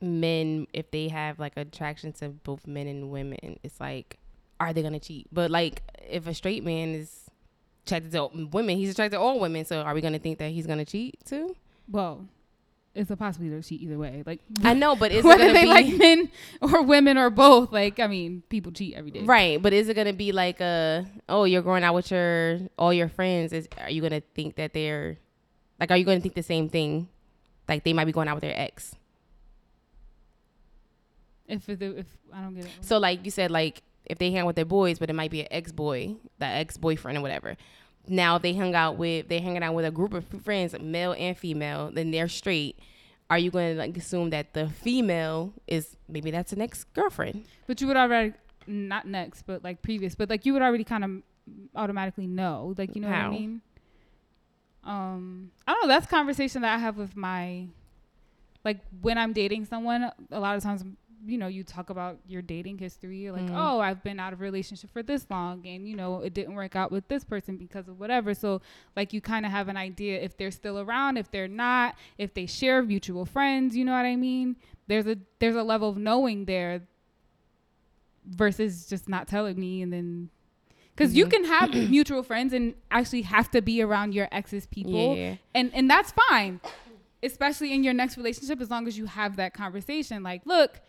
[SPEAKER 1] men if they have like attraction to both men and women, it's like are they going to cheat? But like if a straight man is attracted to women, he's attracted to all women, so are we going to think that he's going to cheat too?
[SPEAKER 2] Well, it's a possibility to cheat either way. Like
[SPEAKER 1] I know, but is it
[SPEAKER 2] whether
[SPEAKER 1] gonna
[SPEAKER 2] they
[SPEAKER 1] be
[SPEAKER 2] like men or women or both. Like I mean, people cheat every day.
[SPEAKER 1] right? But is it gonna be like a oh you're going out with your all your friends? Is are you gonna think that they're like are you gonna think the same thing? Like they might be going out with their ex.
[SPEAKER 2] If it, if I don't get it.
[SPEAKER 1] So like you said, like if they hang out with their boys, but it might be an ex boy, that ex boyfriend or whatever. Now if they hung out with they hanging out with a group of friends, male and female, then they're straight. Are you going to like assume that the female is maybe that's an ex girlfriend?
[SPEAKER 2] But you would already not next, but like previous, but like you would already kind of automatically know, like you know
[SPEAKER 1] How?
[SPEAKER 2] what I mean. Um, I don't know. That's conversation that I have with my, like when I'm dating someone. A lot of times, you know, you talk about your dating history. You're like,
[SPEAKER 1] Mhm.
[SPEAKER 2] oh, I've been out of a relationship for this long, and you know, it didn't work out with this person because of whatever. So, like, you kind of have an idea if they're still around, if they're not, if they share mutual friends. You know what I mean? There's a there's a level of knowing there versus just not telling me and then because you
[SPEAKER 1] Mhm.
[SPEAKER 2] can have mutual friends and actually have to be around your ex's people
[SPEAKER 1] Yeah.
[SPEAKER 2] and and that's fine especially in your next relationship as long as you have that conversation like look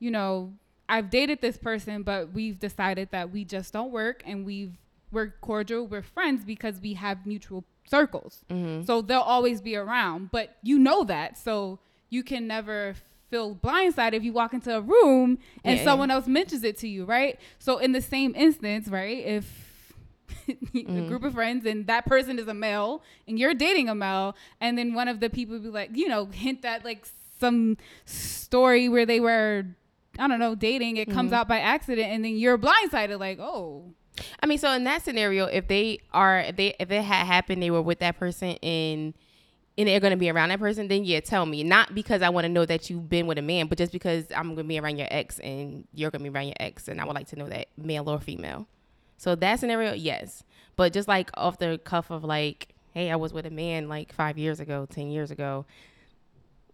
[SPEAKER 2] you know i've dated this person but we've decided that we just don't work and we've we're cordial we're friends because we have mutual circles
[SPEAKER 1] Mm-hmm.
[SPEAKER 2] so they'll always be around, but you know that. So you can never feel blindsided if you walk into a room and
[SPEAKER 1] Yeah.
[SPEAKER 2] someone else mentions it to you, right? So in the same instance, right, if a
[SPEAKER 1] Mm.
[SPEAKER 2] group of friends and that person is a male and you're dating a male, and then one of the people be like, you know, hint that like some story where they were, I don't know, dating, it
[SPEAKER 1] Mm.
[SPEAKER 2] comes out by accident, and then you're blindsided, like, oh,
[SPEAKER 1] I mean, so in that scenario, if they are, if they, if it had happened, they were with that person and and they're gonna be around that person, then yeah, tell me. Not because I want to know that you've been with a man, but just because I'm gonna be around your ex and you're gonna be around your ex, and I would like to know that male or female. So that scenario, yes. But just like off the cuff of like, hey, I was with a man like five years ago, ten years ago.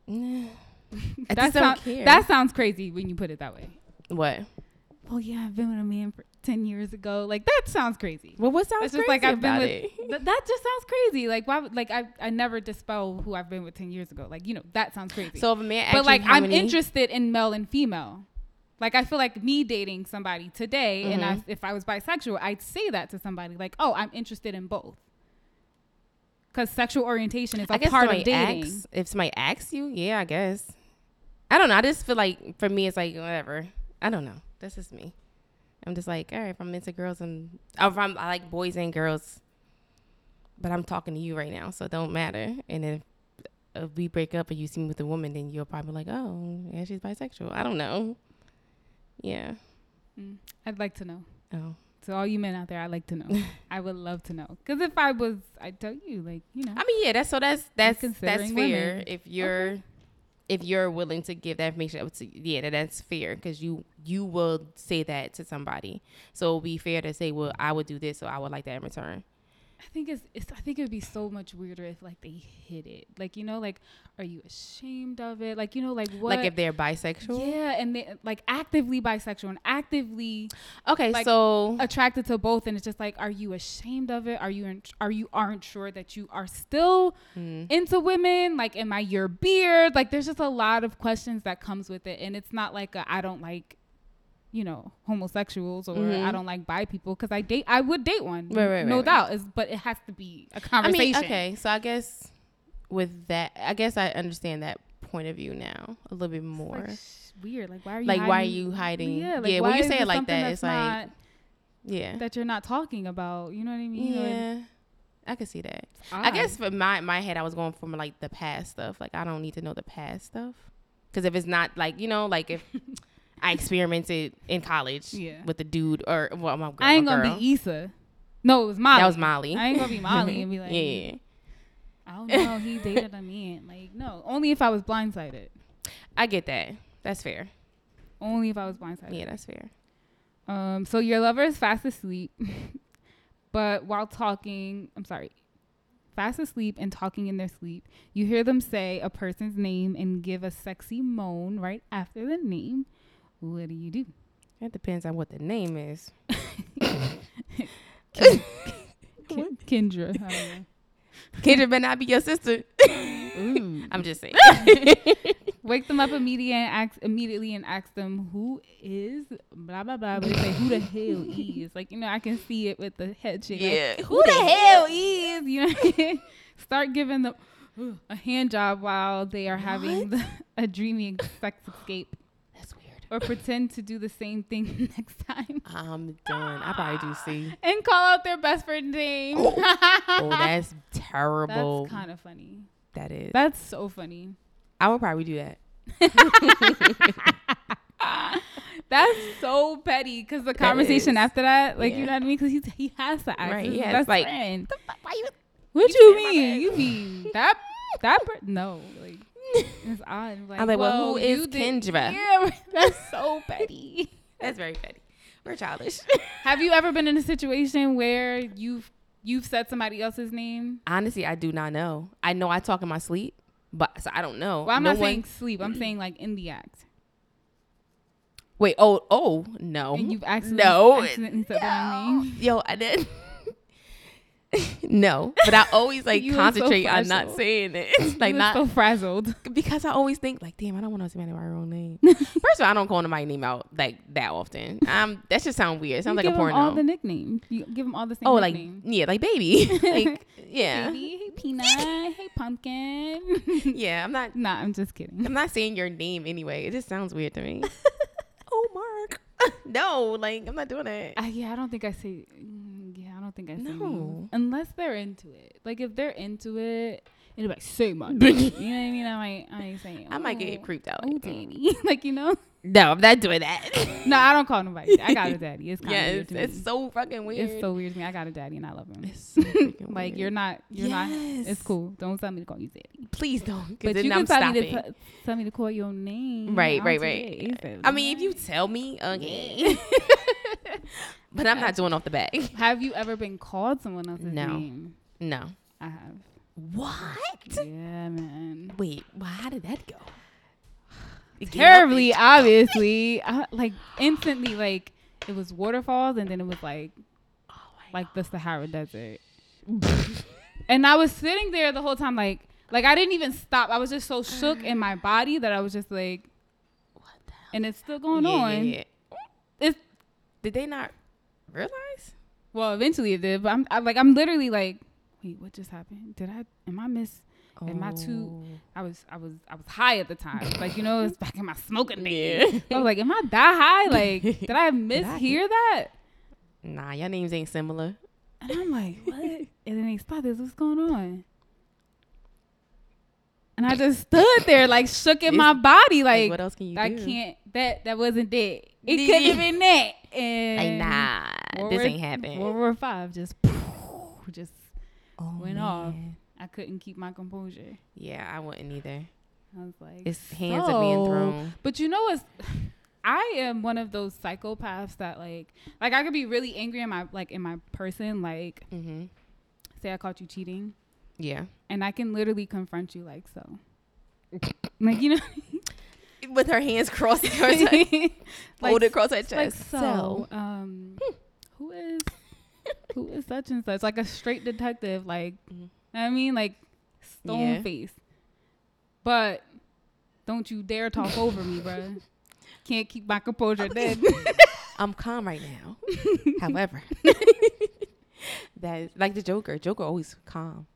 [SPEAKER 1] Nah, I
[SPEAKER 2] that
[SPEAKER 1] just don't
[SPEAKER 2] sound-
[SPEAKER 1] care.
[SPEAKER 2] that sounds crazy when you put it that way.
[SPEAKER 1] what.
[SPEAKER 2] well, yeah, I've been with a man for 10 years ago. Like, that sounds crazy.
[SPEAKER 1] Well, what sounds
[SPEAKER 2] That's just
[SPEAKER 1] crazy
[SPEAKER 2] like I've been
[SPEAKER 1] about
[SPEAKER 2] with.
[SPEAKER 1] it?
[SPEAKER 2] Th- that just sounds crazy. Like, why? would- Like, I, I never dispel who I've been with 10 years ago. Like, you know, that sounds crazy.
[SPEAKER 1] So if a man,
[SPEAKER 2] but,
[SPEAKER 1] asked you
[SPEAKER 2] like,
[SPEAKER 1] how
[SPEAKER 2] I'm
[SPEAKER 1] many-
[SPEAKER 2] interested in male and female. Like, I feel like me dating somebody today, and
[SPEAKER 1] Mm-hmm.
[SPEAKER 2] I, if I was bisexual, I'd say that to somebody. Like, oh, I'm interested in both. Because sexual orientation is a
[SPEAKER 1] I guess
[SPEAKER 2] part
[SPEAKER 1] somebody
[SPEAKER 2] of dating.
[SPEAKER 1] Asks, if somebody asks you, yeah, I guess. I don't know. I just feel like for me, it's like whatever. I don't know. That's just me. I'm just like, all right, if I'm into girls and or if I'm, I like boys and girls, but I'm talking to you right now, so it don't matter. And if, if we break up and you see me with a woman, then you'll probably like, oh, yeah, she's bisexual. I don't know. Yeah.
[SPEAKER 2] Mm. I'd like to know.
[SPEAKER 1] Oh.
[SPEAKER 2] To all you men out there, I'd like to know. I would love to know. Because if I was, I'd tell you, like, you know.
[SPEAKER 1] I mean, yeah. That's so. That's that's that's
[SPEAKER 2] considering
[SPEAKER 1] fair.
[SPEAKER 2] women.
[SPEAKER 1] If you're if you're willing to give that information up to yeah, that that's fair because you you will say that to somebody. So it'll be fair to say, well, I would do this, so I would like that in return.
[SPEAKER 2] I think it's, it's I think it would be so much weirder if like they hid it. Like you know, like are you ashamed of it? Like you know, like what?
[SPEAKER 1] Like if they're bisexual.
[SPEAKER 2] yeah, and they like actively bisexual and actively
[SPEAKER 1] Okay,
[SPEAKER 2] Like,
[SPEAKER 1] so
[SPEAKER 2] attracted to both, and it's just like, are you ashamed of it? Are you in, are you aren't sure that you are still
[SPEAKER 1] mm,
[SPEAKER 2] into women? Like, am I your beard? Like, there's just a lot of questions that comes with it, and it's not like I I don't like, you know, homosexuals or
[SPEAKER 1] Mhm.
[SPEAKER 2] I don't like bi people because I date I would date one,
[SPEAKER 1] Right, right, right,
[SPEAKER 2] no
[SPEAKER 1] right.
[SPEAKER 2] doubt. It's, but it has to be a
[SPEAKER 1] I
[SPEAKER 2] conversation.
[SPEAKER 1] mean, okay, so I guess with that, I guess I understand that point of view now a little bit
[SPEAKER 2] It's,
[SPEAKER 1] more.
[SPEAKER 2] like, sh- weird. Like why are you
[SPEAKER 1] Like,
[SPEAKER 2] hiding?
[SPEAKER 1] why are you hiding?
[SPEAKER 2] Yeah, like,
[SPEAKER 1] Yeah, when
[SPEAKER 2] why
[SPEAKER 1] you
[SPEAKER 2] is
[SPEAKER 1] say
[SPEAKER 2] this
[SPEAKER 1] it like
[SPEAKER 2] something
[SPEAKER 1] that, it's
[SPEAKER 2] that's
[SPEAKER 1] yeah,
[SPEAKER 2] not, that you're not talking about. You know what I mean? Like,
[SPEAKER 1] yeah, I could see that.
[SPEAKER 2] it's
[SPEAKER 1] I
[SPEAKER 2] odd.
[SPEAKER 1] guess for my my head, I was going from like the past stuff. Like I don't need to know the past stuff because if it's not like you know, like if I experimented in college
[SPEAKER 2] Yeah.
[SPEAKER 1] with a dude or well, my girl,
[SPEAKER 2] I ain't
[SPEAKER 1] my
[SPEAKER 2] gonna
[SPEAKER 1] girl.
[SPEAKER 2] be Issa. No, it was Molly.
[SPEAKER 1] that was Molly.
[SPEAKER 2] I ain't gonna be Molly and be like,
[SPEAKER 1] yeah, yeah, yeah.
[SPEAKER 2] I don't know. He dated a man. Like, no. Only if I was blindsided.
[SPEAKER 1] I get that. That's fair.
[SPEAKER 2] Only if I was blindsided.
[SPEAKER 1] Yeah, that's fair.
[SPEAKER 2] Um, so your lover is fast asleep, but while talking, I'm sorry, fast asleep and talking in their sleep, you hear them say a person's name and give a sexy moan right after the name. What do you do?
[SPEAKER 1] That depends on what the name is.
[SPEAKER 2] Ken- Kendra. I don't know.
[SPEAKER 1] Kendra better not be your sister. I'm just saying.
[SPEAKER 2] Um, Wake them up immediately and ask immediately and ask them who is blah blah blah. But they say who the hell is like you know I can see it with the head shake. like,
[SPEAKER 1] Yeah.
[SPEAKER 2] who the hell is you know? Start giving them a hand job while they are having the, a dreamy sex escape,
[SPEAKER 1] That's weird.
[SPEAKER 2] or pretend to do the same thing next time
[SPEAKER 1] I'm done. I probably do see.
[SPEAKER 2] and call out their best friend name.
[SPEAKER 1] Oh, that's terrible.
[SPEAKER 2] That's kind of funny.
[SPEAKER 1] That is.
[SPEAKER 2] That's so funny.
[SPEAKER 1] I would probably do that.
[SPEAKER 2] That's so petty because the
[SPEAKER 1] is.
[SPEAKER 2] conversation after that, like,
[SPEAKER 1] Yeah.
[SPEAKER 2] you know what I mean? Because he, he has to ask
[SPEAKER 1] Right,
[SPEAKER 2] his
[SPEAKER 1] yeah, it's
[SPEAKER 2] best
[SPEAKER 1] like,
[SPEAKER 2] friend.
[SPEAKER 1] Why you?
[SPEAKER 2] What
[SPEAKER 1] you
[SPEAKER 2] you
[SPEAKER 1] said my
[SPEAKER 2] mean?
[SPEAKER 1] best-
[SPEAKER 2] You mean that that per- no? Like, it's odd. Like,
[SPEAKER 1] I'm like, well, who
[SPEAKER 2] you
[SPEAKER 1] is
[SPEAKER 2] did-
[SPEAKER 1] Kendra?
[SPEAKER 2] Yeah, that's so petty.
[SPEAKER 1] That's very petty. We're childish.
[SPEAKER 2] Have you ever been in a situation where you've you've said somebody else's name?
[SPEAKER 1] Honestly, I do not know. I know I talk in my sleep, but so I don't know.
[SPEAKER 2] Well, I'm
[SPEAKER 1] No
[SPEAKER 2] not
[SPEAKER 1] one-
[SPEAKER 2] saying sleep. I'm saying like in the act,
[SPEAKER 1] Wait. Oh. Oh no.
[SPEAKER 2] and you've accidentally,
[SPEAKER 1] no.
[SPEAKER 2] accidentally said their
[SPEAKER 1] no.
[SPEAKER 2] name.
[SPEAKER 1] Yo, I did. no, but I always like
[SPEAKER 2] You were so
[SPEAKER 1] concentrate on not
[SPEAKER 2] frazzled.
[SPEAKER 1] saying it. It's like
[SPEAKER 2] You were
[SPEAKER 1] not
[SPEAKER 2] so frazzled.
[SPEAKER 1] because I always think like, damn, I don't want to say my wrong name. First of all, I don't call my name out like that often. Um, that just sounds weird. It sounds like
[SPEAKER 2] You give
[SPEAKER 1] a
[SPEAKER 2] 'em
[SPEAKER 1] porno.
[SPEAKER 2] all the nickname. You give them all the same.
[SPEAKER 1] oh, like
[SPEAKER 2] nickname.
[SPEAKER 1] yeah, like baby, like yeah,
[SPEAKER 2] Baby, hey peanut, hey pumpkin.
[SPEAKER 1] yeah. I'm not.
[SPEAKER 2] nah, I'm just kidding.
[SPEAKER 1] I'm not saying your name anyway. It just sounds weird to me. oh, Mark. no, like I'm not doing that.
[SPEAKER 2] I, yeah, I don't think I say. mm, Yeah, I don't think I say.
[SPEAKER 1] No.
[SPEAKER 2] No. Unless they're into it. Like if they're into it, it'll be like say my. name." you know what I mean? I might. I might say.
[SPEAKER 1] I might
[SPEAKER 2] "Oh,
[SPEAKER 1] get creeped out.
[SPEAKER 2] Oh,
[SPEAKER 1] Like,
[SPEAKER 2] daddy. like you know.
[SPEAKER 1] no, I'm not doing that.
[SPEAKER 2] No, I don't call nobody. I got a daddy. It's kind of
[SPEAKER 1] yeah,
[SPEAKER 2] weird
[SPEAKER 1] it's,
[SPEAKER 2] to me.
[SPEAKER 1] it's so fucking weird.
[SPEAKER 2] It's so weird to me. I got a daddy and I love him.
[SPEAKER 1] It's so freaking
[SPEAKER 2] Like
[SPEAKER 1] weird.
[SPEAKER 2] you're not. You're not.
[SPEAKER 1] Yes.
[SPEAKER 2] It's cool. Don't tell me to call you daddy.
[SPEAKER 1] Please don't. 'cause
[SPEAKER 2] But
[SPEAKER 1] then
[SPEAKER 2] you
[SPEAKER 1] I'm
[SPEAKER 2] can tell
[SPEAKER 1] stopping.
[SPEAKER 2] me, to t- tell me to call your name.
[SPEAKER 1] Right,
[SPEAKER 2] I'll
[SPEAKER 1] right,
[SPEAKER 2] take
[SPEAKER 1] right.
[SPEAKER 2] it.
[SPEAKER 1] I mean, if you tell me, okay. but I'm not doing off the bat.
[SPEAKER 2] have you ever been called someone else's
[SPEAKER 1] No.
[SPEAKER 2] name?
[SPEAKER 1] No.
[SPEAKER 2] I have.
[SPEAKER 1] What?
[SPEAKER 2] Yeah, man.
[SPEAKER 1] Wait, well, how did that go? It came up
[SPEAKER 2] Terribly,
[SPEAKER 1] and-
[SPEAKER 2] obviously. I, like instantly, like it was waterfalls, and then it was like
[SPEAKER 1] Oh my
[SPEAKER 2] like the Sahara Desert. and I was sitting there the whole time, like like I didn't even stop. I was just so shook in my body that I was just like,
[SPEAKER 1] God, what the hell?
[SPEAKER 2] and it's still going
[SPEAKER 1] Yeah, yeah,
[SPEAKER 2] on.
[SPEAKER 1] yeah.
[SPEAKER 2] It's
[SPEAKER 1] Did they not realize?
[SPEAKER 2] Well, eventually it did, but I'm I, like, I'm literally like, wait, what just happened? Did I? Am I miss? Am I too? I was, I was, I was high at the time. Like you know, it's back in my smoking days.
[SPEAKER 1] Oh, Yeah.
[SPEAKER 2] I was like, am I that high? Like, did I mishear that?
[SPEAKER 1] Nah, your names ain't similar.
[SPEAKER 2] And I'm like, what? And then they stopped this. What's going on? And I just stood there, like, shook in my body,
[SPEAKER 1] Like,
[SPEAKER 2] like,
[SPEAKER 1] what else can you
[SPEAKER 2] I
[SPEAKER 1] do?
[SPEAKER 2] can't. That that wasn't it. It
[SPEAKER 1] Yeah.
[SPEAKER 2] couldn't have been that. And
[SPEAKER 1] Like, nah,
[SPEAKER 2] World
[SPEAKER 1] this
[SPEAKER 2] War-
[SPEAKER 1] ain't happening.
[SPEAKER 2] World War Five just, just
[SPEAKER 1] Oh,
[SPEAKER 2] went off.
[SPEAKER 1] man.
[SPEAKER 2] I couldn't keep my composure.
[SPEAKER 1] Yeah, I wouldn't either.
[SPEAKER 2] I was like,
[SPEAKER 1] It's hands are being
[SPEAKER 2] "So-"
[SPEAKER 1] thrown.
[SPEAKER 2] But you know what's I am one of those psychopaths that like, like I could be really angry in my like in my person. Like,
[SPEAKER 1] Mm-hmm.
[SPEAKER 2] say I caught you cheating,
[SPEAKER 1] Yeah.
[SPEAKER 2] and I can literally confront you like so, like you know,
[SPEAKER 1] With her hands crossed, her chest,
[SPEAKER 2] like,
[SPEAKER 1] folded across her chest. Hmm.
[SPEAKER 2] like so. Um, who is who is such and such? Like a straight detective, like
[SPEAKER 1] Mhm.
[SPEAKER 2] I mean, like stone
[SPEAKER 1] Yeah.
[SPEAKER 2] face. But don't you dare talk over me, bruh. Can't keep my composure. Dead.
[SPEAKER 1] I'm calm right now. However, that is like the Joker. Joker always calm.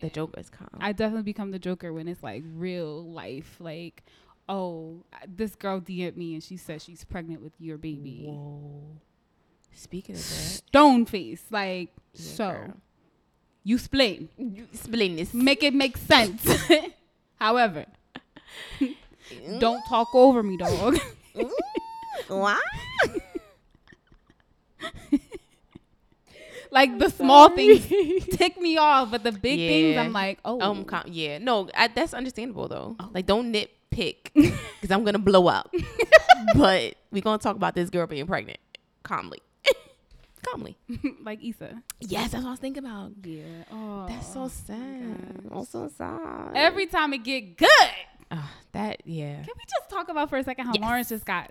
[SPEAKER 1] The Joker is calm.
[SPEAKER 2] I definitely become the Joker when it's like real life, like. Oh, this girl DM'd me and she said she's pregnant with your baby.
[SPEAKER 1] Whoa. Speaking of that,
[SPEAKER 2] Stone face, like
[SPEAKER 1] yeah,
[SPEAKER 2] so.
[SPEAKER 1] girl.
[SPEAKER 2] You split.
[SPEAKER 1] You explain this.
[SPEAKER 2] make it make sense. However, don't talk over me, dog.
[SPEAKER 1] Why?
[SPEAKER 2] like the small
[SPEAKER 1] sorry.
[SPEAKER 2] things tick me off, but the big things,
[SPEAKER 1] Yeah.
[SPEAKER 2] I'm like, oh,
[SPEAKER 1] Um, com- yeah, no, I, that's understandable though. Like, don't nitpick because I'm gonna blow up. but we gonna talk about this girl being pregnant calmly, calmly.
[SPEAKER 2] like Issa.
[SPEAKER 1] Yes, that's what I was thinking about.
[SPEAKER 2] Yeah. Oh,
[SPEAKER 1] That's so sad. I'm so sad.
[SPEAKER 2] Every time it get good,
[SPEAKER 1] Ugh, ah, that yeah.
[SPEAKER 2] can we just talk about for a second how
[SPEAKER 1] Yes.
[SPEAKER 2] Lawrence just got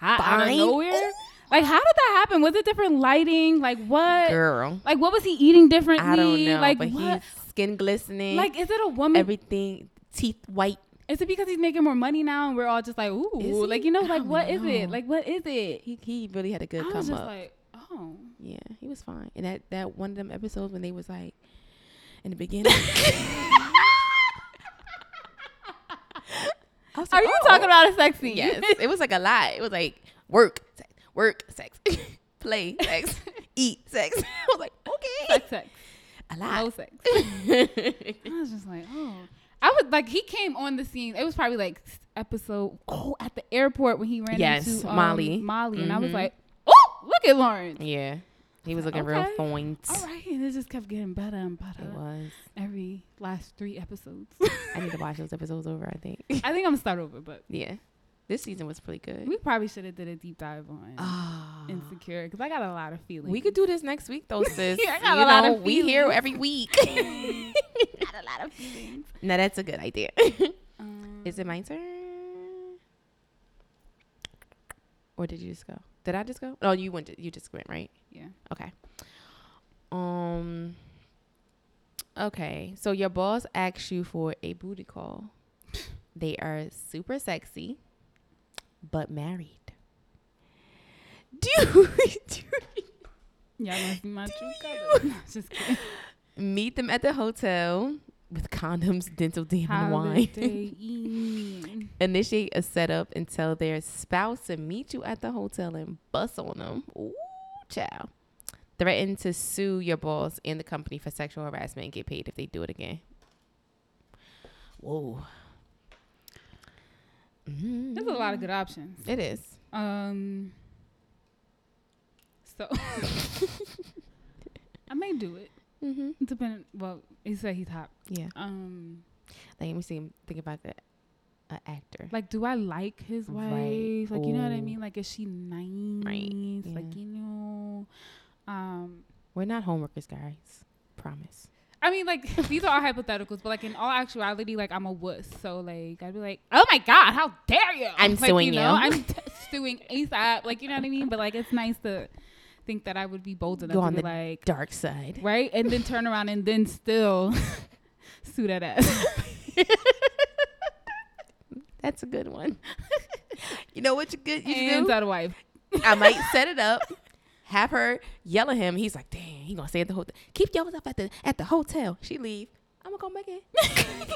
[SPEAKER 2] hot out
[SPEAKER 1] Fine.
[SPEAKER 2] of nowhere? Like, how did that happen? Was it different lighting? Like what?
[SPEAKER 1] Girl,
[SPEAKER 2] Like what was he eating differently?
[SPEAKER 1] I don't know,
[SPEAKER 2] Like
[SPEAKER 1] but
[SPEAKER 2] what?
[SPEAKER 1] he's skin glistening.
[SPEAKER 2] Like is it a woman?
[SPEAKER 1] everything teeth white.
[SPEAKER 2] Is it because he's making more money now and we're all just like, ooh, like you know,
[SPEAKER 1] I
[SPEAKER 2] like
[SPEAKER 1] don't
[SPEAKER 2] what is it?
[SPEAKER 1] know.
[SPEAKER 2] Like what is it?
[SPEAKER 1] He he really had a good
[SPEAKER 2] I
[SPEAKER 1] come
[SPEAKER 2] was just
[SPEAKER 1] up.
[SPEAKER 2] like, oh,
[SPEAKER 1] yeah, he was fine. And that that one of them episodes when they was like in the beginning. I was
[SPEAKER 2] are
[SPEAKER 1] like,
[SPEAKER 2] you
[SPEAKER 1] "Oh,
[SPEAKER 2] talking about a sex scene?
[SPEAKER 1] Yes, it was like a lot. It was like work, sex, work, sex, play, sex, eat, sex. I was like, okay,
[SPEAKER 2] sex, sex,
[SPEAKER 1] a
[SPEAKER 2] low
[SPEAKER 1] lot.
[SPEAKER 2] sex. I was just like, oh. I was like, he came on the scene. It was probably like s- episode oh at the airport when he ran
[SPEAKER 1] Yes,
[SPEAKER 2] into um,
[SPEAKER 1] Molly.
[SPEAKER 2] Molly, and I was
[SPEAKER 1] Mhm.
[SPEAKER 2] like, oh, look at Lawrence.
[SPEAKER 1] yeah, he was looking real
[SPEAKER 2] Okay.
[SPEAKER 1] point.
[SPEAKER 2] All right, and it just kept getting better and better
[SPEAKER 1] It was.
[SPEAKER 2] every last three episodes.
[SPEAKER 1] I need to watch those episodes over. I think.
[SPEAKER 2] I think I'm gonna start over, but
[SPEAKER 1] yeah, this season was pretty good.
[SPEAKER 2] we probably should have did a deep dive on
[SPEAKER 1] Ah.
[SPEAKER 2] insecure because I got a lot of feelings.
[SPEAKER 1] We could do this next week, though, sis.
[SPEAKER 2] Yeah, I got
[SPEAKER 1] you
[SPEAKER 2] a lot
[SPEAKER 1] know,
[SPEAKER 2] of
[SPEAKER 1] we here
[SPEAKER 2] feelings.
[SPEAKER 1] every week.
[SPEAKER 2] got a lot of feelings.
[SPEAKER 1] now that's a good idea.
[SPEAKER 2] Um,
[SPEAKER 1] Is it my turn? Or did you just go? Did I just go? No, you went. You just went right.
[SPEAKER 2] Yeah.
[SPEAKER 1] Okay. Um. Okay, so your boss asks you for a booty call. They are super sexy, but married. Do you, do
[SPEAKER 2] Y'all must be my
[SPEAKER 1] Do
[SPEAKER 2] true
[SPEAKER 1] you-
[SPEAKER 2] colors. No, just kidding.
[SPEAKER 1] you meet them at the hotel with condoms, dental dam, and wine?
[SPEAKER 2] Holiday Inn.
[SPEAKER 1] Initiate a setup and tell their spouse to meet you at the hotel and bust on them. Ooh, child. Threaten to sue your boss and the company for sexual harassment and get paid if they do it again. Whoa. Mhm.
[SPEAKER 2] There's a lot of good options.
[SPEAKER 1] Mm-hmm. It is.
[SPEAKER 2] Um. So I may do it.
[SPEAKER 1] Mm-hmm.
[SPEAKER 2] Depending. Well, he said he's hot.
[SPEAKER 1] Yeah.
[SPEAKER 2] Um.
[SPEAKER 1] Like, let me see. Think about the a actor.
[SPEAKER 2] Like, do I like his wife?
[SPEAKER 1] Right.
[SPEAKER 2] Like, you know what I
[SPEAKER 1] Ooh.
[SPEAKER 2] mean? Like, is she nice? Like,
[SPEAKER 1] Yeah.
[SPEAKER 2] you know. Um.
[SPEAKER 1] We're not homeworkers, guys. Promise.
[SPEAKER 2] I mean, like these are all hypotheticals, but like in all actuality, like I'm a wuss. So like I'd be like, oh my god, how dare you?
[SPEAKER 1] I'm
[SPEAKER 2] like,
[SPEAKER 1] suing
[SPEAKER 2] you.
[SPEAKER 1] you.
[SPEAKER 2] Know, I'm t- suing ASAP. Like you know what I mean? But like it's nice to think that I would be bold enough
[SPEAKER 1] Go
[SPEAKER 2] to
[SPEAKER 1] on
[SPEAKER 2] be
[SPEAKER 1] the
[SPEAKER 2] like,
[SPEAKER 1] Dark side.
[SPEAKER 2] right, and then turn around and then still sue that ass.
[SPEAKER 1] That's a good one. you know what you good you should
[SPEAKER 2] and
[SPEAKER 1] do?
[SPEAKER 2] that wife.
[SPEAKER 1] I might set it up, have her yell at him. He's like, "Damn, he gonna stay at the hotel. Keep your up at the at the hotel." She leave. I'm gonna come back in.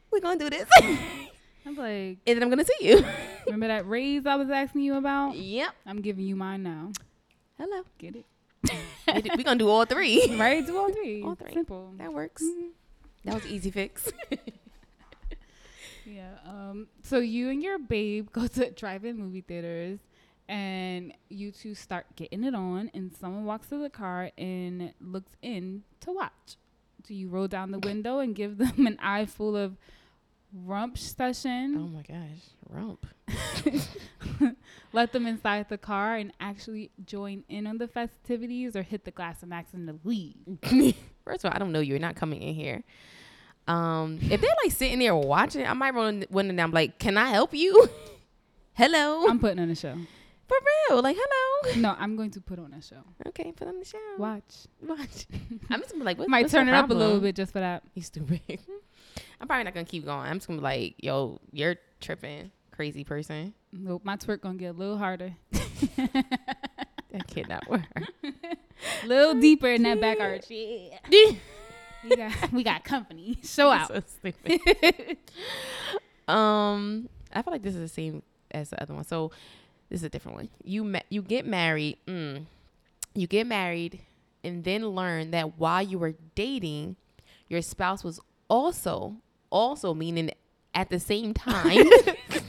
[SPEAKER 1] We're gonna do this, and
[SPEAKER 2] I'm like,
[SPEAKER 1] then I'm gonna see you.
[SPEAKER 2] remember that raise I was asking you about?
[SPEAKER 1] yep.
[SPEAKER 2] I'm giving you mine now.
[SPEAKER 1] Hello.
[SPEAKER 2] Get it
[SPEAKER 1] We d- we gonna do all three.
[SPEAKER 2] right? Do all three.
[SPEAKER 1] All three.
[SPEAKER 2] Simple. Mm-hmm.
[SPEAKER 1] That works. That was an easy fix.
[SPEAKER 2] Yeah. Um. So you and your babe go to drive-in movie theaters, and you two start getting it on, and someone walks to the car and looks in to watch. Do you roll down the window and give them an eye full of rump session?
[SPEAKER 1] Oh my gosh, rump.
[SPEAKER 2] Let them inside the car and actually join in on the festivities, or hit the glass and ask them to leave.
[SPEAKER 1] First of all, I don't know you. You're not coming in here. Um, if they're like sitting there watching, I might run window down. Like, can I help you? Hello.
[SPEAKER 2] I'm putting on a show.
[SPEAKER 1] For real, like hello.
[SPEAKER 2] No, I'm going to put on a show.
[SPEAKER 1] Okay, put on the show.
[SPEAKER 2] Watch.
[SPEAKER 1] Watch. I'm just gonna be like, Oh. what,
[SPEAKER 2] Might
[SPEAKER 1] what's your
[SPEAKER 2] turn it up a little
[SPEAKER 1] problem?
[SPEAKER 2] bit just for that.
[SPEAKER 1] You stupid. I'm probably not gonna keep going. I'm just gonna be like, yo, you're tripping, crazy person.
[SPEAKER 2] Nope, my twerk gonna get a little harder.
[SPEAKER 1] That cannot work.
[SPEAKER 2] little deeper in that back arch. Yeah. we, got, we got company. Show out.
[SPEAKER 1] so stupid. um, I feel like this is the same as the other one. So this is a different one. You ma- you get married. Mm, you get married, and then learn that while you were dating, your spouse was also also meaning at the same time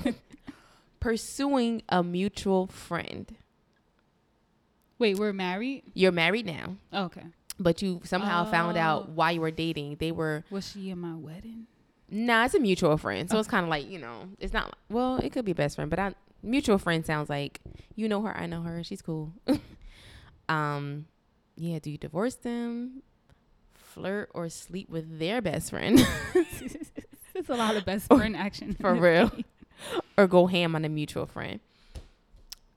[SPEAKER 1] pursuing a mutual friend.
[SPEAKER 2] Wait, we're married? Oh,
[SPEAKER 1] You're married now,
[SPEAKER 2] Okay.
[SPEAKER 1] but you somehow found out
[SPEAKER 2] Oh.
[SPEAKER 1] while you were dating they were
[SPEAKER 2] Was she in my wedding?
[SPEAKER 1] Nah, it's a mutual friend.
[SPEAKER 2] Oh.
[SPEAKER 1] So it's kind of like, you know, it's not, well, it could be best friend, but I, mutual friend sounds like, you know her, I know her, she's cool. um, yeah, do you divorce them, flirt, or sleep with their best friend
[SPEAKER 2] It's a lot of
[SPEAKER 1] Oh,
[SPEAKER 2] best friend action.
[SPEAKER 1] for real? or go ham on a mutual friend?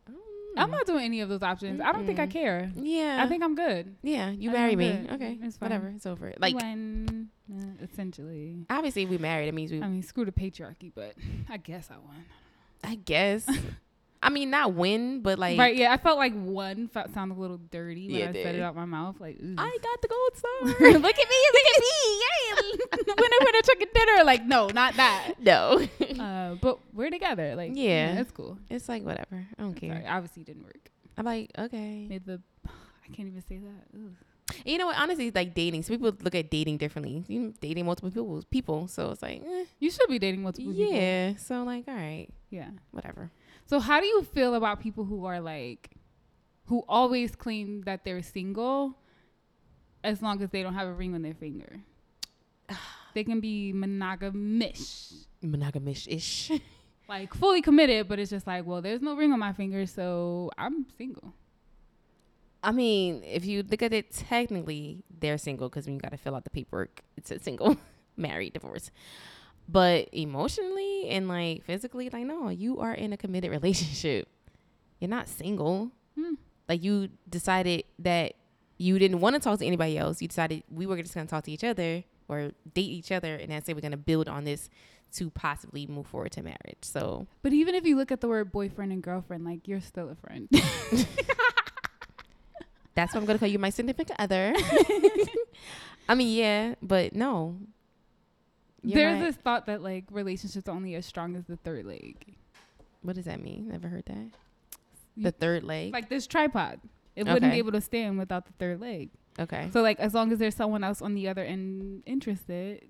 [SPEAKER 1] Um,
[SPEAKER 2] I'm not doing any of those options. I don't think I
[SPEAKER 1] Mm-mm.
[SPEAKER 2] care.
[SPEAKER 1] Yeah.
[SPEAKER 2] I think I'm good.
[SPEAKER 1] Yeah, you
[SPEAKER 2] I think
[SPEAKER 1] marry
[SPEAKER 2] I'm
[SPEAKER 1] me.
[SPEAKER 2] good.
[SPEAKER 1] Okay.
[SPEAKER 2] It's fine.
[SPEAKER 1] Whatever. It's over. Like
[SPEAKER 2] when, uh, essentially,
[SPEAKER 1] obviously we married. It means we
[SPEAKER 2] I mean, screw the patriarchy, but I guess I won.
[SPEAKER 1] I guess. I mean not win, but like
[SPEAKER 2] right? Yeah, I felt like one felt sounded a little dirty when
[SPEAKER 1] Yeah, it
[SPEAKER 2] I said
[SPEAKER 1] did.
[SPEAKER 2] it out my mouth. Like, ooh.
[SPEAKER 1] I got the gold star. look at me, look at me.
[SPEAKER 2] winner, winner, chicken dinner. Like, no, not that.
[SPEAKER 1] No.
[SPEAKER 2] Uh, but we're together. Like,
[SPEAKER 1] Yeah.
[SPEAKER 2] yeah, that's cool.
[SPEAKER 1] it's like whatever. I don't care.
[SPEAKER 2] Sorry, obviously it didn't work.
[SPEAKER 1] I'm like, okay.
[SPEAKER 2] Made the I can't even say that. Ooh.
[SPEAKER 1] You know what? Honestly, it's like dating. So people look at dating differently. You dating multiple people people. So it's like eh,
[SPEAKER 2] You should be dating multiple people.
[SPEAKER 1] Yeah. So like, all right,
[SPEAKER 2] Yeah.
[SPEAKER 1] whatever.
[SPEAKER 2] So how do you feel about people who are like who always claim that they're single as long as they don't have a ring on their finger? they can be monogamish.
[SPEAKER 1] Monogamish ish.
[SPEAKER 2] Like fully committed, but it's just like, well, there's no ring on my finger, so I'm single.
[SPEAKER 1] I mean, if you look at it technically, they're single because when you got to fill out the paperwork, it says single, married, divorce. But emotionally and like physically, like no, you are in a committed relationship. You're not single.
[SPEAKER 2] Hmm.
[SPEAKER 1] Like you decided that you didn't want to talk to anybody else. You decided we were just gonna talk to each other or date each other, and that's it. We're gonna build on this to possibly move forward to marriage. So
[SPEAKER 2] But even if you look at the word boyfriend and girlfriend, like you're still a friend.
[SPEAKER 1] that's what I'm gonna call you, my significant other. I mean, yeah, but no. You're
[SPEAKER 2] There's
[SPEAKER 1] not-
[SPEAKER 2] this thought that like relationships are only as strong as the third leg.
[SPEAKER 1] What does that mean? Never heard that.
[SPEAKER 2] You-
[SPEAKER 1] The third leg.
[SPEAKER 2] Like this tripod. It wouldn't
[SPEAKER 1] Okay.
[SPEAKER 2] be able to stand without the third leg.
[SPEAKER 1] okay.
[SPEAKER 2] So like as long as there's someone else on the other end interested,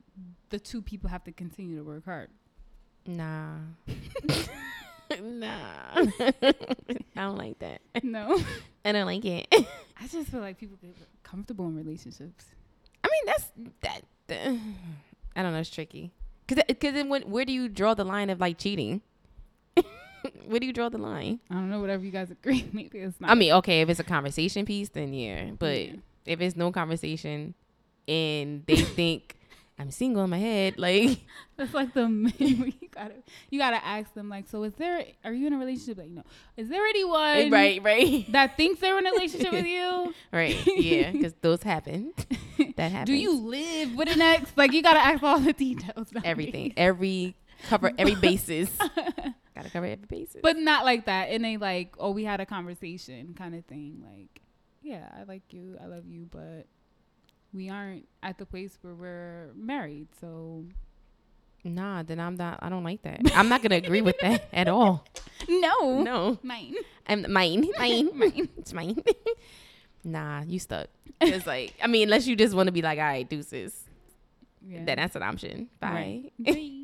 [SPEAKER 2] the two people have to continue to work hard.
[SPEAKER 1] Nah. nah. I don't like that.
[SPEAKER 2] No.
[SPEAKER 1] I don't like it. I mean,
[SPEAKER 2] I just feel like people get comfortable in relationships.
[SPEAKER 1] that's that. that- I don't know. It's tricky. Cause, it- cause then when, where do you draw the line of like cheating? where do you draw the line?
[SPEAKER 2] I don't know, whatever you guys agree, maybe it's not
[SPEAKER 1] I mean, okay, if it's a conversation piece, then yeah. But
[SPEAKER 2] Yeah.
[SPEAKER 1] if it's no conversation, and they think I'm single in my head, like
[SPEAKER 2] that's like the main you gotta you gotta ask them like, so is there are you in a relationship? Like, no. Is there anyone
[SPEAKER 1] right, right,
[SPEAKER 2] that thinks they're in a relationship with you?
[SPEAKER 1] right, yeah, because those happen. That happens.
[SPEAKER 2] Do you live with an ex? Like you gotta ask all the details. about
[SPEAKER 1] everything,
[SPEAKER 2] me.
[SPEAKER 1] every cover, every basis? Gotta cover every basis.
[SPEAKER 2] But not like that. And they like, oh, we had a conversation kind of thing. Like, yeah, I like you, I love you, but we aren't at the place where we're married. So
[SPEAKER 1] nah, then I'm not. I don't like that. I'm not gonna agree with that at all.
[SPEAKER 2] no,
[SPEAKER 1] No,
[SPEAKER 2] mine.
[SPEAKER 1] I'm mine, mine, mine. It's mine. nah, you stuck. It's like I mean, unless you just want to be like, all right, deuces.
[SPEAKER 2] Yeah.
[SPEAKER 1] Then that's an option. Bye.
[SPEAKER 2] Right. Bye.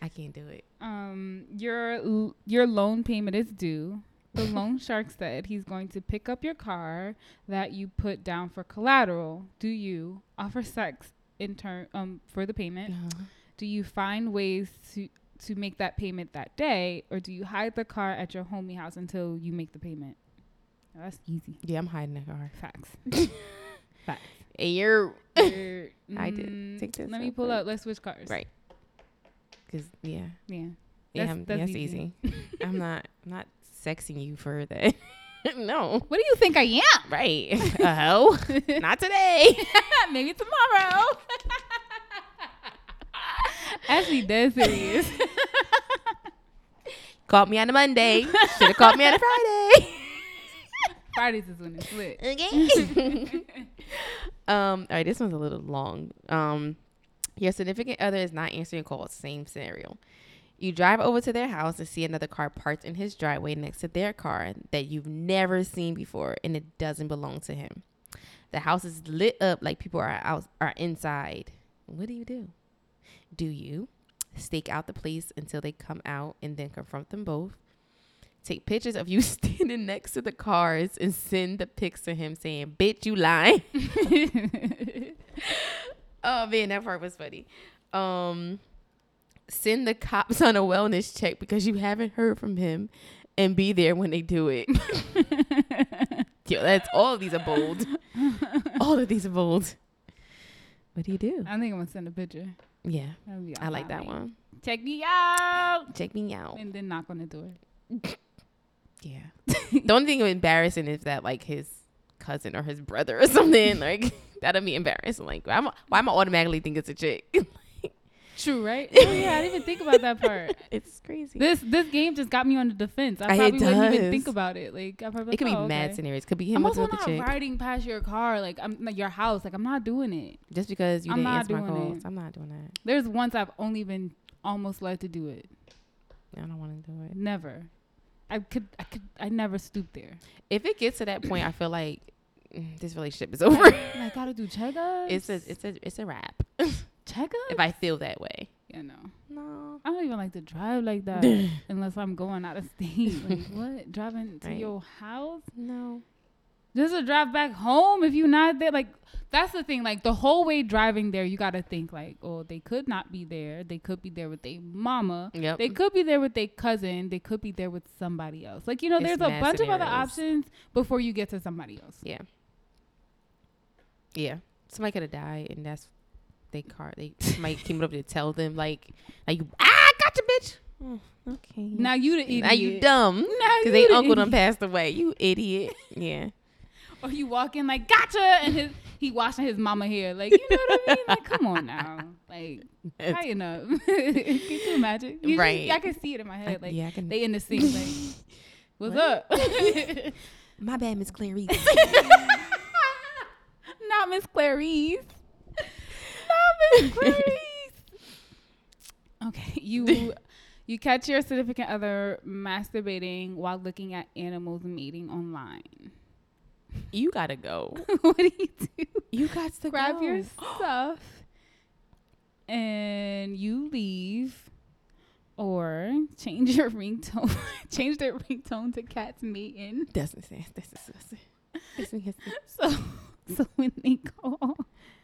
[SPEAKER 1] I can't do it.
[SPEAKER 2] um, your your loan payment is due. The loan shark said he's going to pick up your car that you put down for collateral. Do you offer sex in turn um for the payment? Do you find ways to to make that payment that day, or do you hide the car at your homie house until you make the payment? Now, that's easy.
[SPEAKER 1] Yeah, I'm hiding the car.
[SPEAKER 2] Facts.
[SPEAKER 1] And you're
[SPEAKER 2] You're-
[SPEAKER 1] I did.
[SPEAKER 2] mm,
[SPEAKER 1] Take this
[SPEAKER 2] Let me
[SPEAKER 1] real
[SPEAKER 2] pull
[SPEAKER 1] quick.
[SPEAKER 2] up. Let's switch cars.
[SPEAKER 1] Right. because yeah,
[SPEAKER 2] Yeah.
[SPEAKER 1] yeah,
[SPEAKER 2] That's-
[SPEAKER 1] I'm-
[SPEAKER 2] that's
[SPEAKER 1] that's easy.
[SPEAKER 2] easy.
[SPEAKER 1] I'm not. I'm not sexing you for that. no.
[SPEAKER 2] What do you think I am?
[SPEAKER 1] Right. Oh, not today.
[SPEAKER 2] Maybe tomorrow. Actually, dead serious.
[SPEAKER 1] Called me on a Monday. Should have called me on a Friday.
[SPEAKER 2] Fridays is when it's lit.
[SPEAKER 1] Okay. um. All right. This one's a little long. Um. Your significant other is not answering calls. Same scenario. You drive over to their house and see another car parked in his driveway next to their car that you've never seen before, and it doesn't belong to him. The house is lit up like people are out are inside. What do you do? Do you stake out the place until they come out and then confront them both? Take pictures of you standing next to the cars and send the pics to him saying, "Bitch, you lying." oh man, that part was funny. Um, send the cops on a wellness check because you haven't heard from him, and be there when they do it. Yo, that's all of these are bold. All of these are bold. What do you do?
[SPEAKER 2] I think I'm gonna send a picture.
[SPEAKER 1] Yeah,
[SPEAKER 2] That'll be
[SPEAKER 1] I
[SPEAKER 2] on
[SPEAKER 1] like that
[SPEAKER 2] highway.
[SPEAKER 1] one.
[SPEAKER 2] Check me out,
[SPEAKER 1] Check me out.
[SPEAKER 2] and then knock on the door.
[SPEAKER 1] Yeah. the only thing embarrassing is that like his cousin or his brother or something like that'll be embarrassing. Like I'm, why am I automatically think it's a chick?
[SPEAKER 2] True, right? Oh yeah, I didn't even think about that part.
[SPEAKER 1] it's crazy.
[SPEAKER 2] This this game just got me on the defense. I
[SPEAKER 1] It
[SPEAKER 2] probably wouldn't even
[SPEAKER 1] does.
[SPEAKER 2] think about it. Like I probably
[SPEAKER 1] it could
[SPEAKER 2] like,
[SPEAKER 1] be
[SPEAKER 2] oh,
[SPEAKER 1] mad
[SPEAKER 2] okay.
[SPEAKER 1] scenarios. Could be him
[SPEAKER 2] I'm
[SPEAKER 1] with
[SPEAKER 2] also
[SPEAKER 1] another
[SPEAKER 2] not
[SPEAKER 1] chick.
[SPEAKER 2] riding past your car, like I'm like your house. Like I'm not doing it.
[SPEAKER 1] Just because you
[SPEAKER 2] I'm
[SPEAKER 1] didn't
[SPEAKER 2] not
[SPEAKER 1] answer my
[SPEAKER 2] doing
[SPEAKER 1] calls,
[SPEAKER 2] it.
[SPEAKER 1] I'm not doing that.
[SPEAKER 2] There's once I've only been almost like to do it.
[SPEAKER 1] I don't want to do it.
[SPEAKER 2] Never. I could I could I never stoop there.
[SPEAKER 1] If it gets to that point, I feel like mm, this relationship is over.
[SPEAKER 2] And I gotta do checkups.
[SPEAKER 1] it's a it's a it's a wrap.
[SPEAKER 2] checkup.
[SPEAKER 1] if I feel that way,
[SPEAKER 2] Yeah, no.
[SPEAKER 1] no.
[SPEAKER 2] I don't even like to drive like that unless I'm going out of state. Like what? Driving to
[SPEAKER 1] Right.
[SPEAKER 2] your house?
[SPEAKER 1] No.
[SPEAKER 2] Just a drive back home if you're not there. Like that's the thing. Like the whole way driving there, you gotta think like, oh, they could not be there. They could be there with their mama.
[SPEAKER 1] Yep.
[SPEAKER 2] They could be there with their cousin. They could be there with somebody else. Like you know,
[SPEAKER 1] It's
[SPEAKER 2] there's a
[SPEAKER 1] mad
[SPEAKER 2] bunch of other
[SPEAKER 1] scenarios.
[SPEAKER 2] options before you get to somebody else.
[SPEAKER 1] yeah. Yeah. Somebody could have died, and that's they car. They somebody came up to tell them like like ah, I got you, bitch. Mm, okay.
[SPEAKER 2] Now you the idiot.
[SPEAKER 1] Now you dumb
[SPEAKER 2] Now you
[SPEAKER 1] because they
[SPEAKER 2] the
[SPEAKER 1] uncle done
[SPEAKER 2] idiot.
[SPEAKER 1] passed away. You idiot. Yeah.
[SPEAKER 2] Or you walk in like gotcha, and his he washing his mama hair. Like you know what I mean? Like come on now. Like
[SPEAKER 1] That's-
[SPEAKER 2] high enough. can you imagine? You just-
[SPEAKER 1] Right.
[SPEAKER 2] I can see it in my head. Like
[SPEAKER 1] yeah. I can,
[SPEAKER 2] they in the sink. Like what's up?
[SPEAKER 1] my bad, Miss Clarice.
[SPEAKER 2] Not Miss Clarice. Not Miss Clarice. okay, you you catch your significant other masturbating while looking at animals mating online.
[SPEAKER 1] you gotta go.
[SPEAKER 2] what do you do?
[SPEAKER 1] You got to
[SPEAKER 2] Grab
[SPEAKER 1] go.
[SPEAKER 2] your stuff and you leave. Or change your ringtone. change their ringtone to cats mating.
[SPEAKER 1] That's insane. That's disgusting. That's disgusting.
[SPEAKER 2] So, so when they call,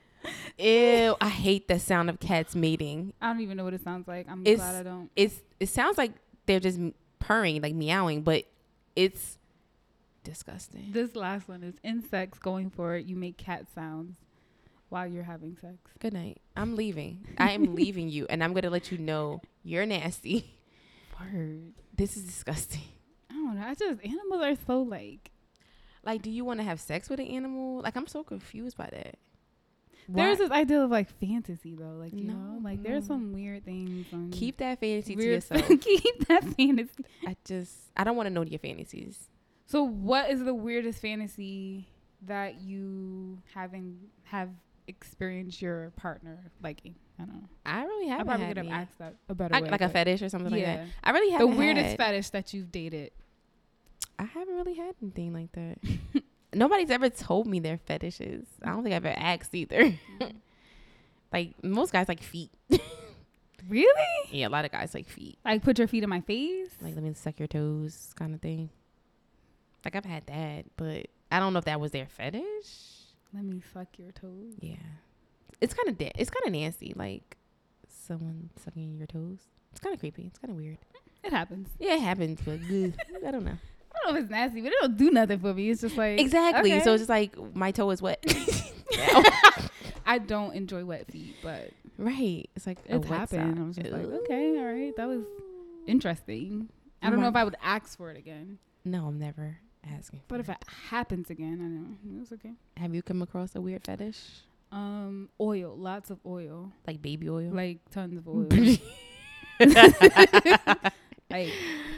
[SPEAKER 1] Ew, I hate the sound of cats mating.
[SPEAKER 2] I don't even know what it sounds like. I'm
[SPEAKER 1] It's-
[SPEAKER 2] glad I don't.
[SPEAKER 1] It's it sounds like they're just purring, like meowing, but it's disgusting.
[SPEAKER 2] This last one is insects going for it. You make cat sounds while you're having sex.
[SPEAKER 1] Good night. I'm leaving. I am leaving you, and I'm gonna let you know you're nasty.
[SPEAKER 2] Word.
[SPEAKER 1] This is disgusting.
[SPEAKER 2] I don't know. I just animals are so like.
[SPEAKER 1] Like, do you want to have sex with an animal? Like, I'm so confused by that.
[SPEAKER 2] There's
[SPEAKER 1] Why-
[SPEAKER 2] this idea of like fantasy though, like you know,
[SPEAKER 1] No,
[SPEAKER 2] like there's
[SPEAKER 1] no.
[SPEAKER 2] some weird things. On
[SPEAKER 1] keep that fantasy to
[SPEAKER 2] Mm. weird-
[SPEAKER 1] yourself.
[SPEAKER 2] keep that fantasy.
[SPEAKER 1] I just I don't want to know your fantasies.
[SPEAKER 2] So, what is the weirdest fantasy that you haven't have experienced your partner liking? I don't know.
[SPEAKER 1] I really
[SPEAKER 2] I
[SPEAKER 1] haven't.
[SPEAKER 2] probably
[SPEAKER 1] had
[SPEAKER 2] could have
[SPEAKER 1] any.
[SPEAKER 2] asked that a better
[SPEAKER 1] I-
[SPEAKER 2] way.
[SPEAKER 1] like a
[SPEAKER 2] but
[SPEAKER 1] fetish or something like
[SPEAKER 2] yeah.
[SPEAKER 1] that. I really
[SPEAKER 2] The
[SPEAKER 1] haven't
[SPEAKER 2] weirdest
[SPEAKER 1] had,
[SPEAKER 2] fetish that you've dated.
[SPEAKER 1] I haven't really had anything like that. Nobody's ever told me their fetishes. I don't think I've ever asked either. like most guys like feet.
[SPEAKER 2] Really?
[SPEAKER 1] Yeah, a lot of guys like feet.
[SPEAKER 2] Like put your feet in my face?
[SPEAKER 1] Like let me suck your toes kind of thing. Like I've had that, but I don't know if that was their fetish.
[SPEAKER 2] Let me suck your toes.
[SPEAKER 1] Yeah. It's kind of da- it's kind of nasty like someone sucking your toes. It's kind of creepy. It's kind of weird.
[SPEAKER 2] It happens.
[SPEAKER 1] Yeah, it happens, but good. I don't know.
[SPEAKER 2] I don't know if it's nasty, but it don't do nothing for me. It's just like
[SPEAKER 1] Exactly.
[SPEAKER 2] okay.
[SPEAKER 1] So it's oh. just like my toe is wet.
[SPEAKER 2] I don't enjoy wet feet, but
[SPEAKER 1] right. It's like a
[SPEAKER 2] It's
[SPEAKER 1] wet sock.
[SPEAKER 2] happened. I was just like, okay, all right, that was
[SPEAKER 1] Ooh.
[SPEAKER 2] interesting. I don't know if
[SPEAKER 1] Right.
[SPEAKER 2] I would ask for it again.
[SPEAKER 1] No, I'm never asking.
[SPEAKER 2] But
[SPEAKER 1] for
[SPEAKER 2] if it happens again, I know. It's okay.
[SPEAKER 1] it. have you come across a weird fetish
[SPEAKER 2] Um oil, lots of oil.
[SPEAKER 1] like baby oil?
[SPEAKER 2] Like tons of oil. like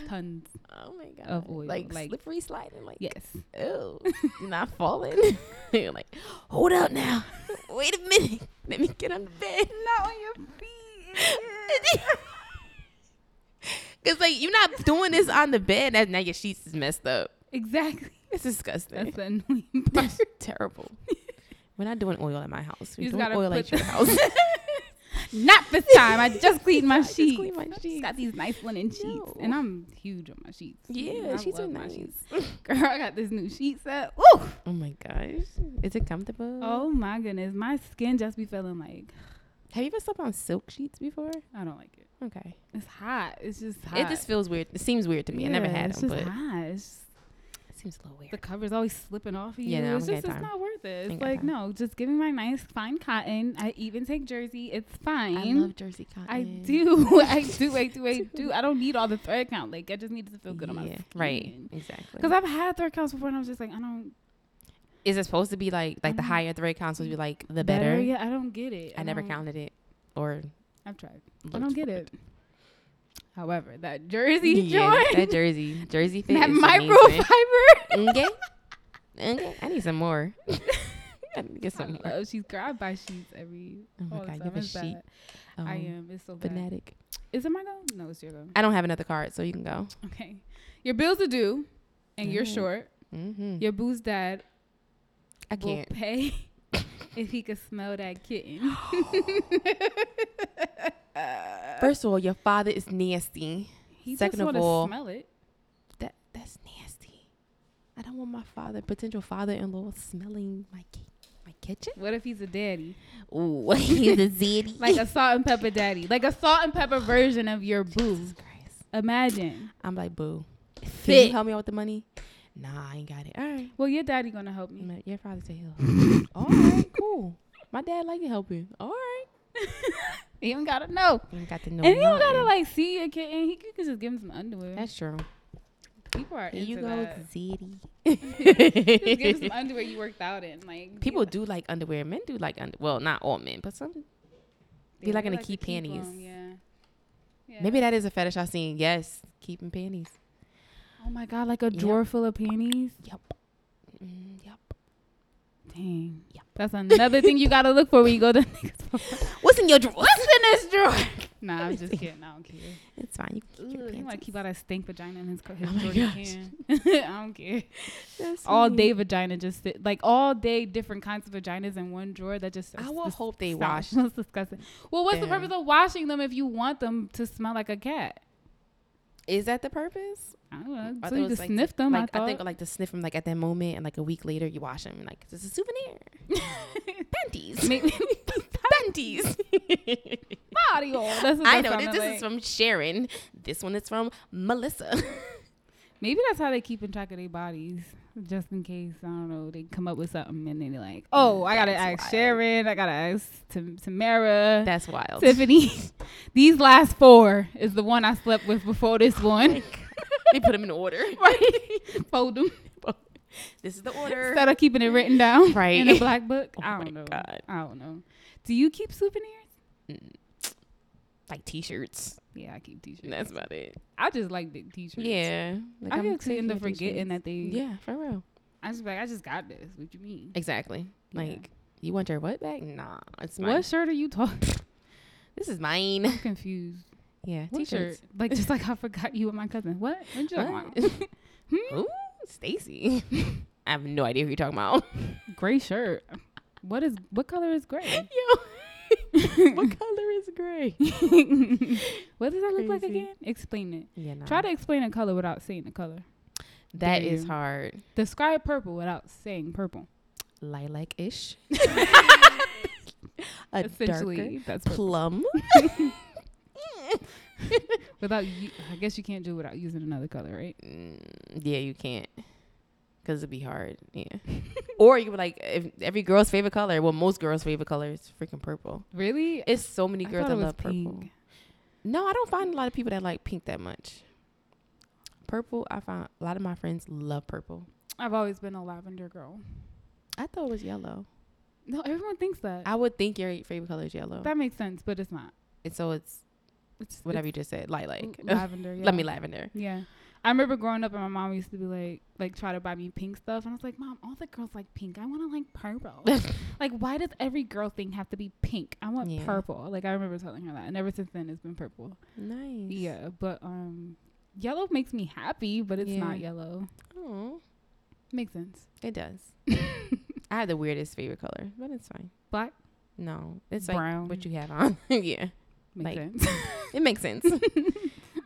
[SPEAKER 2] tons.
[SPEAKER 1] oh my god,
[SPEAKER 2] Of oil,
[SPEAKER 1] like,
[SPEAKER 2] like-
[SPEAKER 1] slippery sliding, like
[SPEAKER 2] Yes.
[SPEAKER 1] oh, you're not falling. you're like, hold up now, wait a minute, let me get on the bed.
[SPEAKER 2] Not on your feet.
[SPEAKER 1] Cause like you're not doing this on the bed. That now your sheets is messed up.
[SPEAKER 2] exactly.
[SPEAKER 1] It's disgusting.
[SPEAKER 2] That's the annoying part.
[SPEAKER 1] That's terrible. We're not doing oil at my house. We're
[SPEAKER 2] You
[SPEAKER 1] doing
[SPEAKER 2] just gotta
[SPEAKER 1] oil at
[SPEAKER 2] put
[SPEAKER 1] your house.
[SPEAKER 2] Not this time. I just cleaned my
[SPEAKER 1] I
[SPEAKER 2] sheets.
[SPEAKER 1] just cleaned my
[SPEAKER 2] I just
[SPEAKER 1] sheets.
[SPEAKER 2] got these nice linen sheets,
[SPEAKER 1] No.
[SPEAKER 2] and I'm huge on my sheets.
[SPEAKER 1] yeah,
[SPEAKER 2] I
[SPEAKER 1] she's so
[SPEAKER 2] love my
[SPEAKER 1] nice.
[SPEAKER 2] sheets. Girl, I got this new sheet set. Woo!
[SPEAKER 1] Oh my gosh, is it comfortable?
[SPEAKER 2] Oh my goodness, my skin just be feeling like
[SPEAKER 1] have you ever slept on silk sheets before?
[SPEAKER 2] I don't like it.
[SPEAKER 1] Okay,
[SPEAKER 2] It's hot. It's just hot.
[SPEAKER 1] it just feels weird. It seems weird to me. I never
[SPEAKER 2] Yeah,
[SPEAKER 1] had
[SPEAKER 2] It's
[SPEAKER 1] them,
[SPEAKER 2] just
[SPEAKER 1] but
[SPEAKER 2] hot. It's just-
[SPEAKER 1] it seems a little weird.
[SPEAKER 2] the cover's always slipping off of you.
[SPEAKER 1] Yeah, no, I
[SPEAKER 2] it's
[SPEAKER 1] don't
[SPEAKER 2] just
[SPEAKER 1] get
[SPEAKER 2] it's
[SPEAKER 1] time.
[SPEAKER 2] not worth this.
[SPEAKER 1] Okay.
[SPEAKER 2] Like, no, just give me my nice, fine cotton. I even take jersey. It's fine.
[SPEAKER 1] I love Jersey cotton.
[SPEAKER 2] I do. I do. I do. I do. I don't need all the thread count. Like, I just need it to feel good on my
[SPEAKER 1] Yeah,
[SPEAKER 2] skin.
[SPEAKER 1] Right. Exactly.
[SPEAKER 2] Because I've had thread counts before, and I was just like, I don't.
[SPEAKER 1] Is it supposed to be like like the
[SPEAKER 2] Mhm.
[SPEAKER 1] higher thread counts would be like the better?
[SPEAKER 2] Yeah, I don't get it.
[SPEAKER 1] I never
[SPEAKER 2] don't-
[SPEAKER 1] counted it or
[SPEAKER 2] I've tried. I
[SPEAKER 1] looked
[SPEAKER 2] don't get
[SPEAKER 1] for
[SPEAKER 2] it. However, that jersey
[SPEAKER 1] Yeah,
[SPEAKER 2] joint,
[SPEAKER 1] that jersey, jersey fit.
[SPEAKER 2] that
[SPEAKER 1] is amazing.
[SPEAKER 2] microfiber.
[SPEAKER 1] Okay. Okay. I need some more. I need to get some
[SPEAKER 2] I
[SPEAKER 1] more.
[SPEAKER 2] love, she's grabbed by sheets every.
[SPEAKER 1] Oh my
[SPEAKER 2] all
[SPEAKER 1] god,
[SPEAKER 2] the time.
[SPEAKER 1] you have a
[SPEAKER 2] It's
[SPEAKER 1] sheet.
[SPEAKER 2] Oh, bad. I
[SPEAKER 1] um,
[SPEAKER 2] am. It's so bad.
[SPEAKER 1] fanatic.
[SPEAKER 2] Is it my go? No, it's your go.
[SPEAKER 1] I don't have another card, so you can go.
[SPEAKER 2] Okay. Your bills are due, and you're
[SPEAKER 1] Alright.
[SPEAKER 2] short.
[SPEAKER 1] Mm-hmm.
[SPEAKER 2] Your boo's dad
[SPEAKER 1] I
[SPEAKER 2] will
[SPEAKER 1] can't.
[SPEAKER 2] pay if he could smell that kitten. uh,
[SPEAKER 1] First of all, your father is nasty.
[SPEAKER 2] He
[SPEAKER 1] Second
[SPEAKER 2] just
[SPEAKER 1] of
[SPEAKER 2] want to
[SPEAKER 1] all-
[SPEAKER 2] smell it.
[SPEAKER 1] That that's nasty. I don't want my father, potential father-in-law, smelling my ki- my kitchen.
[SPEAKER 2] What if he's a daddy?
[SPEAKER 1] Ooh, he's a zitty.
[SPEAKER 2] Like a salt and pepper daddy. Like a salt and pepper version of your boo.
[SPEAKER 1] Jesus Christ.
[SPEAKER 2] Imagine.
[SPEAKER 1] I'm like, boo. Can
[SPEAKER 2] Fit.
[SPEAKER 1] you help me out with the money? Nah, I ain't got it. All right.
[SPEAKER 2] Well, your daddy gonna help me.
[SPEAKER 1] Ma- Your father say help. All right, cool. My dad like to help you. All right.
[SPEAKER 2] He don't gotta know.
[SPEAKER 1] You ain't got to know.
[SPEAKER 2] and he don't gotta
[SPEAKER 1] nothing.
[SPEAKER 2] like see your kitten. He you can just give him some underwear.
[SPEAKER 1] That's true.
[SPEAKER 2] People are
[SPEAKER 1] Here
[SPEAKER 2] into
[SPEAKER 1] you go,
[SPEAKER 2] that. Just give him some
[SPEAKER 1] zitty.
[SPEAKER 2] underwear you worked out in. Like
[SPEAKER 1] People do like underwear. Men do like under. Well, not all men, but some.
[SPEAKER 2] they
[SPEAKER 1] be like
[SPEAKER 2] really
[SPEAKER 1] in the
[SPEAKER 2] to
[SPEAKER 1] key
[SPEAKER 2] keep 'em,
[SPEAKER 1] panties.
[SPEAKER 2] Yeah. yeah.
[SPEAKER 1] Maybe that is a fetish I've seen. Yes, keeping panties.
[SPEAKER 2] Oh my god, like a
[SPEAKER 1] Yep.
[SPEAKER 2] drawer full of panties.
[SPEAKER 1] Yep. Mm, yep.
[SPEAKER 2] Dang.
[SPEAKER 1] Yep.
[SPEAKER 2] That's another thing you gotta look for when you go to
[SPEAKER 1] What's in your drawer? What's in this drawer?
[SPEAKER 2] Nah, I'm just kidding. I don't care.
[SPEAKER 1] It's fine. You can keep your
[SPEAKER 2] Ugh, he might
[SPEAKER 1] panties.
[SPEAKER 2] keep out that stink vagina in his, co- his
[SPEAKER 1] Oh my
[SPEAKER 2] Jordan
[SPEAKER 1] gosh.
[SPEAKER 2] can. I don't care.
[SPEAKER 1] That's
[SPEAKER 2] All
[SPEAKER 1] funny.
[SPEAKER 2] day vagina just sit, like all day different kinds of vaginas in one drawer that just.
[SPEAKER 1] I
[SPEAKER 2] it's
[SPEAKER 1] will
[SPEAKER 2] dis-
[SPEAKER 1] hope they
[SPEAKER 2] stop.
[SPEAKER 1] wash.
[SPEAKER 2] It's disgusting. Well, what's the
[SPEAKER 1] them.
[SPEAKER 2] purpose of washing them if you want them to smell like a cat?
[SPEAKER 1] Is that the purpose?
[SPEAKER 2] I don't know.
[SPEAKER 1] I
[SPEAKER 2] so
[SPEAKER 1] thought it
[SPEAKER 2] you
[SPEAKER 1] was
[SPEAKER 2] can
[SPEAKER 1] like
[SPEAKER 2] sniff them.
[SPEAKER 1] like
[SPEAKER 2] I,
[SPEAKER 1] I,
[SPEAKER 2] thought.
[SPEAKER 1] think like to sniff them like at that moment, and like a week later you wash them, and like this is a souvenir. panties,
[SPEAKER 2] Maybe
[SPEAKER 1] panties.
[SPEAKER 2] body oil. That's what
[SPEAKER 1] I
[SPEAKER 2] that
[SPEAKER 1] know that
[SPEAKER 2] sounded
[SPEAKER 1] this
[SPEAKER 2] like.
[SPEAKER 1] is from Sharon. This one is from Melissa.
[SPEAKER 2] Maybe that's how they keeping track of their bodies, just in case. I don't know. They come up with something and then they're like, "Oh, I gotta
[SPEAKER 1] Mm, That's
[SPEAKER 2] ask
[SPEAKER 1] wild.
[SPEAKER 2] Sharon. I gotta ask Tam- Tamara,
[SPEAKER 1] That's wild.
[SPEAKER 2] Tiffany. These last four is the one I slept with before
[SPEAKER 1] Oh
[SPEAKER 2] this one.
[SPEAKER 1] they put them in order.
[SPEAKER 2] right? Fold them
[SPEAKER 1] This is the order.
[SPEAKER 2] instead of keeping it written down,
[SPEAKER 1] Right.
[SPEAKER 2] In a black book.
[SPEAKER 1] Oh
[SPEAKER 2] I
[SPEAKER 1] my
[SPEAKER 2] don't know.
[SPEAKER 1] God.
[SPEAKER 2] I don't know. Do you keep souvenirs?
[SPEAKER 1] like t-shirts.
[SPEAKER 2] Yeah, I keep t-shirts.
[SPEAKER 1] That's about it.
[SPEAKER 2] I just like big t-shirts.
[SPEAKER 1] Yeah, like,
[SPEAKER 2] I
[SPEAKER 1] I'm
[SPEAKER 2] actually end up
[SPEAKER 1] taking
[SPEAKER 2] forgetting
[SPEAKER 1] t-shirts.
[SPEAKER 2] that they.
[SPEAKER 1] Yeah, for real.
[SPEAKER 2] I just be like I just got this. What you mean?
[SPEAKER 1] Exactly.
[SPEAKER 2] Yeah.
[SPEAKER 1] Like you want your what back? Nah, it's mine.
[SPEAKER 2] What shirt are you talking?
[SPEAKER 1] This is mine.
[SPEAKER 2] I'm confused.
[SPEAKER 1] Yeah,
[SPEAKER 2] What
[SPEAKER 1] t-shirts.
[SPEAKER 2] shirt? Like just like I forgot you and my cousin. What? What you
[SPEAKER 1] What?
[SPEAKER 2] want? Hmm?
[SPEAKER 1] Ooh, Stacy. I have no idea who you're talking about.
[SPEAKER 2] Gray shirt. What is what color is gray?
[SPEAKER 1] Yo, what color is gray?
[SPEAKER 2] what does that look like
[SPEAKER 1] Crazy.
[SPEAKER 2] again? Explain it.
[SPEAKER 1] Yeah, nah.
[SPEAKER 2] Try to explain a color without saying the color.
[SPEAKER 1] That
[SPEAKER 2] Dare
[SPEAKER 1] is
[SPEAKER 2] you.
[SPEAKER 1] hard.
[SPEAKER 2] Describe purple without saying purple.
[SPEAKER 1] Lilac ish. A
[SPEAKER 2] Essentially,
[SPEAKER 1] darker
[SPEAKER 2] that's purple.
[SPEAKER 1] plum.
[SPEAKER 2] without. You, I guess you can't do it without using another color, right?
[SPEAKER 1] Mm, yeah, you can't. Cause it'd be hard. Yeah. or you would like if every girl's favorite color. Well, most girls' favorite color is freaking purple.
[SPEAKER 2] Really?
[SPEAKER 1] It's so many
[SPEAKER 2] I
[SPEAKER 1] girls that
[SPEAKER 2] thought it was
[SPEAKER 1] love purple.
[SPEAKER 2] pink.
[SPEAKER 1] No, I don't find a lot of people that like pink that much. Purple, I find a lot of my friends love purple.
[SPEAKER 2] I've always been a lavender girl.
[SPEAKER 1] I thought it was yellow.
[SPEAKER 2] No, everyone thinks that.
[SPEAKER 1] I would think your favorite color is yellow.
[SPEAKER 2] that makes sense, but it's not.
[SPEAKER 1] and so it's
[SPEAKER 2] It's
[SPEAKER 1] whatever you just said, lilac.
[SPEAKER 2] it's lavender. Yeah.
[SPEAKER 1] Let me lavender.
[SPEAKER 2] Yeah. I remember growing up and my mom used to be like, like try to buy me pink stuff, and I was like, Mom, all the girls like pink. I want to like purple. like, why does every girl thing have to be pink? I want
[SPEAKER 1] Yeah.
[SPEAKER 2] purple. Like, I remember telling her that, and ever since then, it's been purple.
[SPEAKER 1] Nice.
[SPEAKER 2] Yeah, but um, yellow makes me happy, but it's not
[SPEAKER 1] Yeah.
[SPEAKER 2] yellow.
[SPEAKER 1] Oh,
[SPEAKER 2] Makes sense.
[SPEAKER 1] it does. I have the weirdest favorite color, but it's fine.
[SPEAKER 2] Black
[SPEAKER 1] No, it's like
[SPEAKER 2] brown.
[SPEAKER 1] what you have on. yeah, like-
[SPEAKER 2] makes sense.
[SPEAKER 1] it makes sense.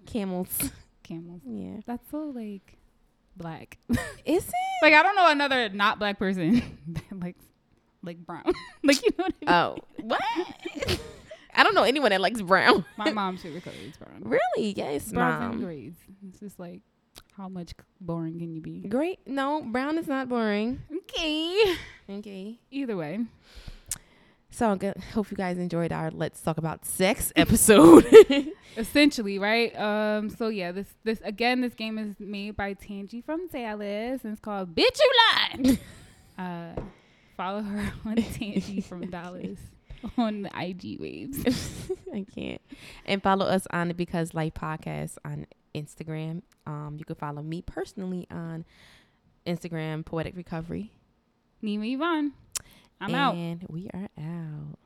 [SPEAKER 1] Camels.
[SPEAKER 2] Camels.
[SPEAKER 1] Yeah.
[SPEAKER 2] That's so like black.
[SPEAKER 1] Is it?
[SPEAKER 2] Like I don't know another not black person that likes like brown. like you know what I mean?
[SPEAKER 1] Oh, what? I don't know anyone that likes brown.
[SPEAKER 2] My mom's favorite color is brown.
[SPEAKER 1] Really? Yes,
[SPEAKER 2] Browns and
[SPEAKER 1] mom.
[SPEAKER 2] grays. It's just like How much boring can you be?
[SPEAKER 1] Great. No, brown is not boring.
[SPEAKER 2] Okay.
[SPEAKER 1] Okay.
[SPEAKER 2] Either way.
[SPEAKER 1] So I g- hope you guys enjoyed our let's talk about sex episode.
[SPEAKER 2] essentially, right? Um, so yeah, this this again, this game is made by Tangi from Dallas, and it's called "Bitch You Lie." uh, follow her on Tangi from Dallas on the IG waves.
[SPEAKER 1] I can't. And follow us on the Because Life podcast on Instagram. Um, you can follow me personally on Instagram, Poetic Recovery.
[SPEAKER 2] Nima Yvonne, I'm
[SPEAKER 1] and
[SPEAKER 2] out.
[SPEAKER 1] we are out.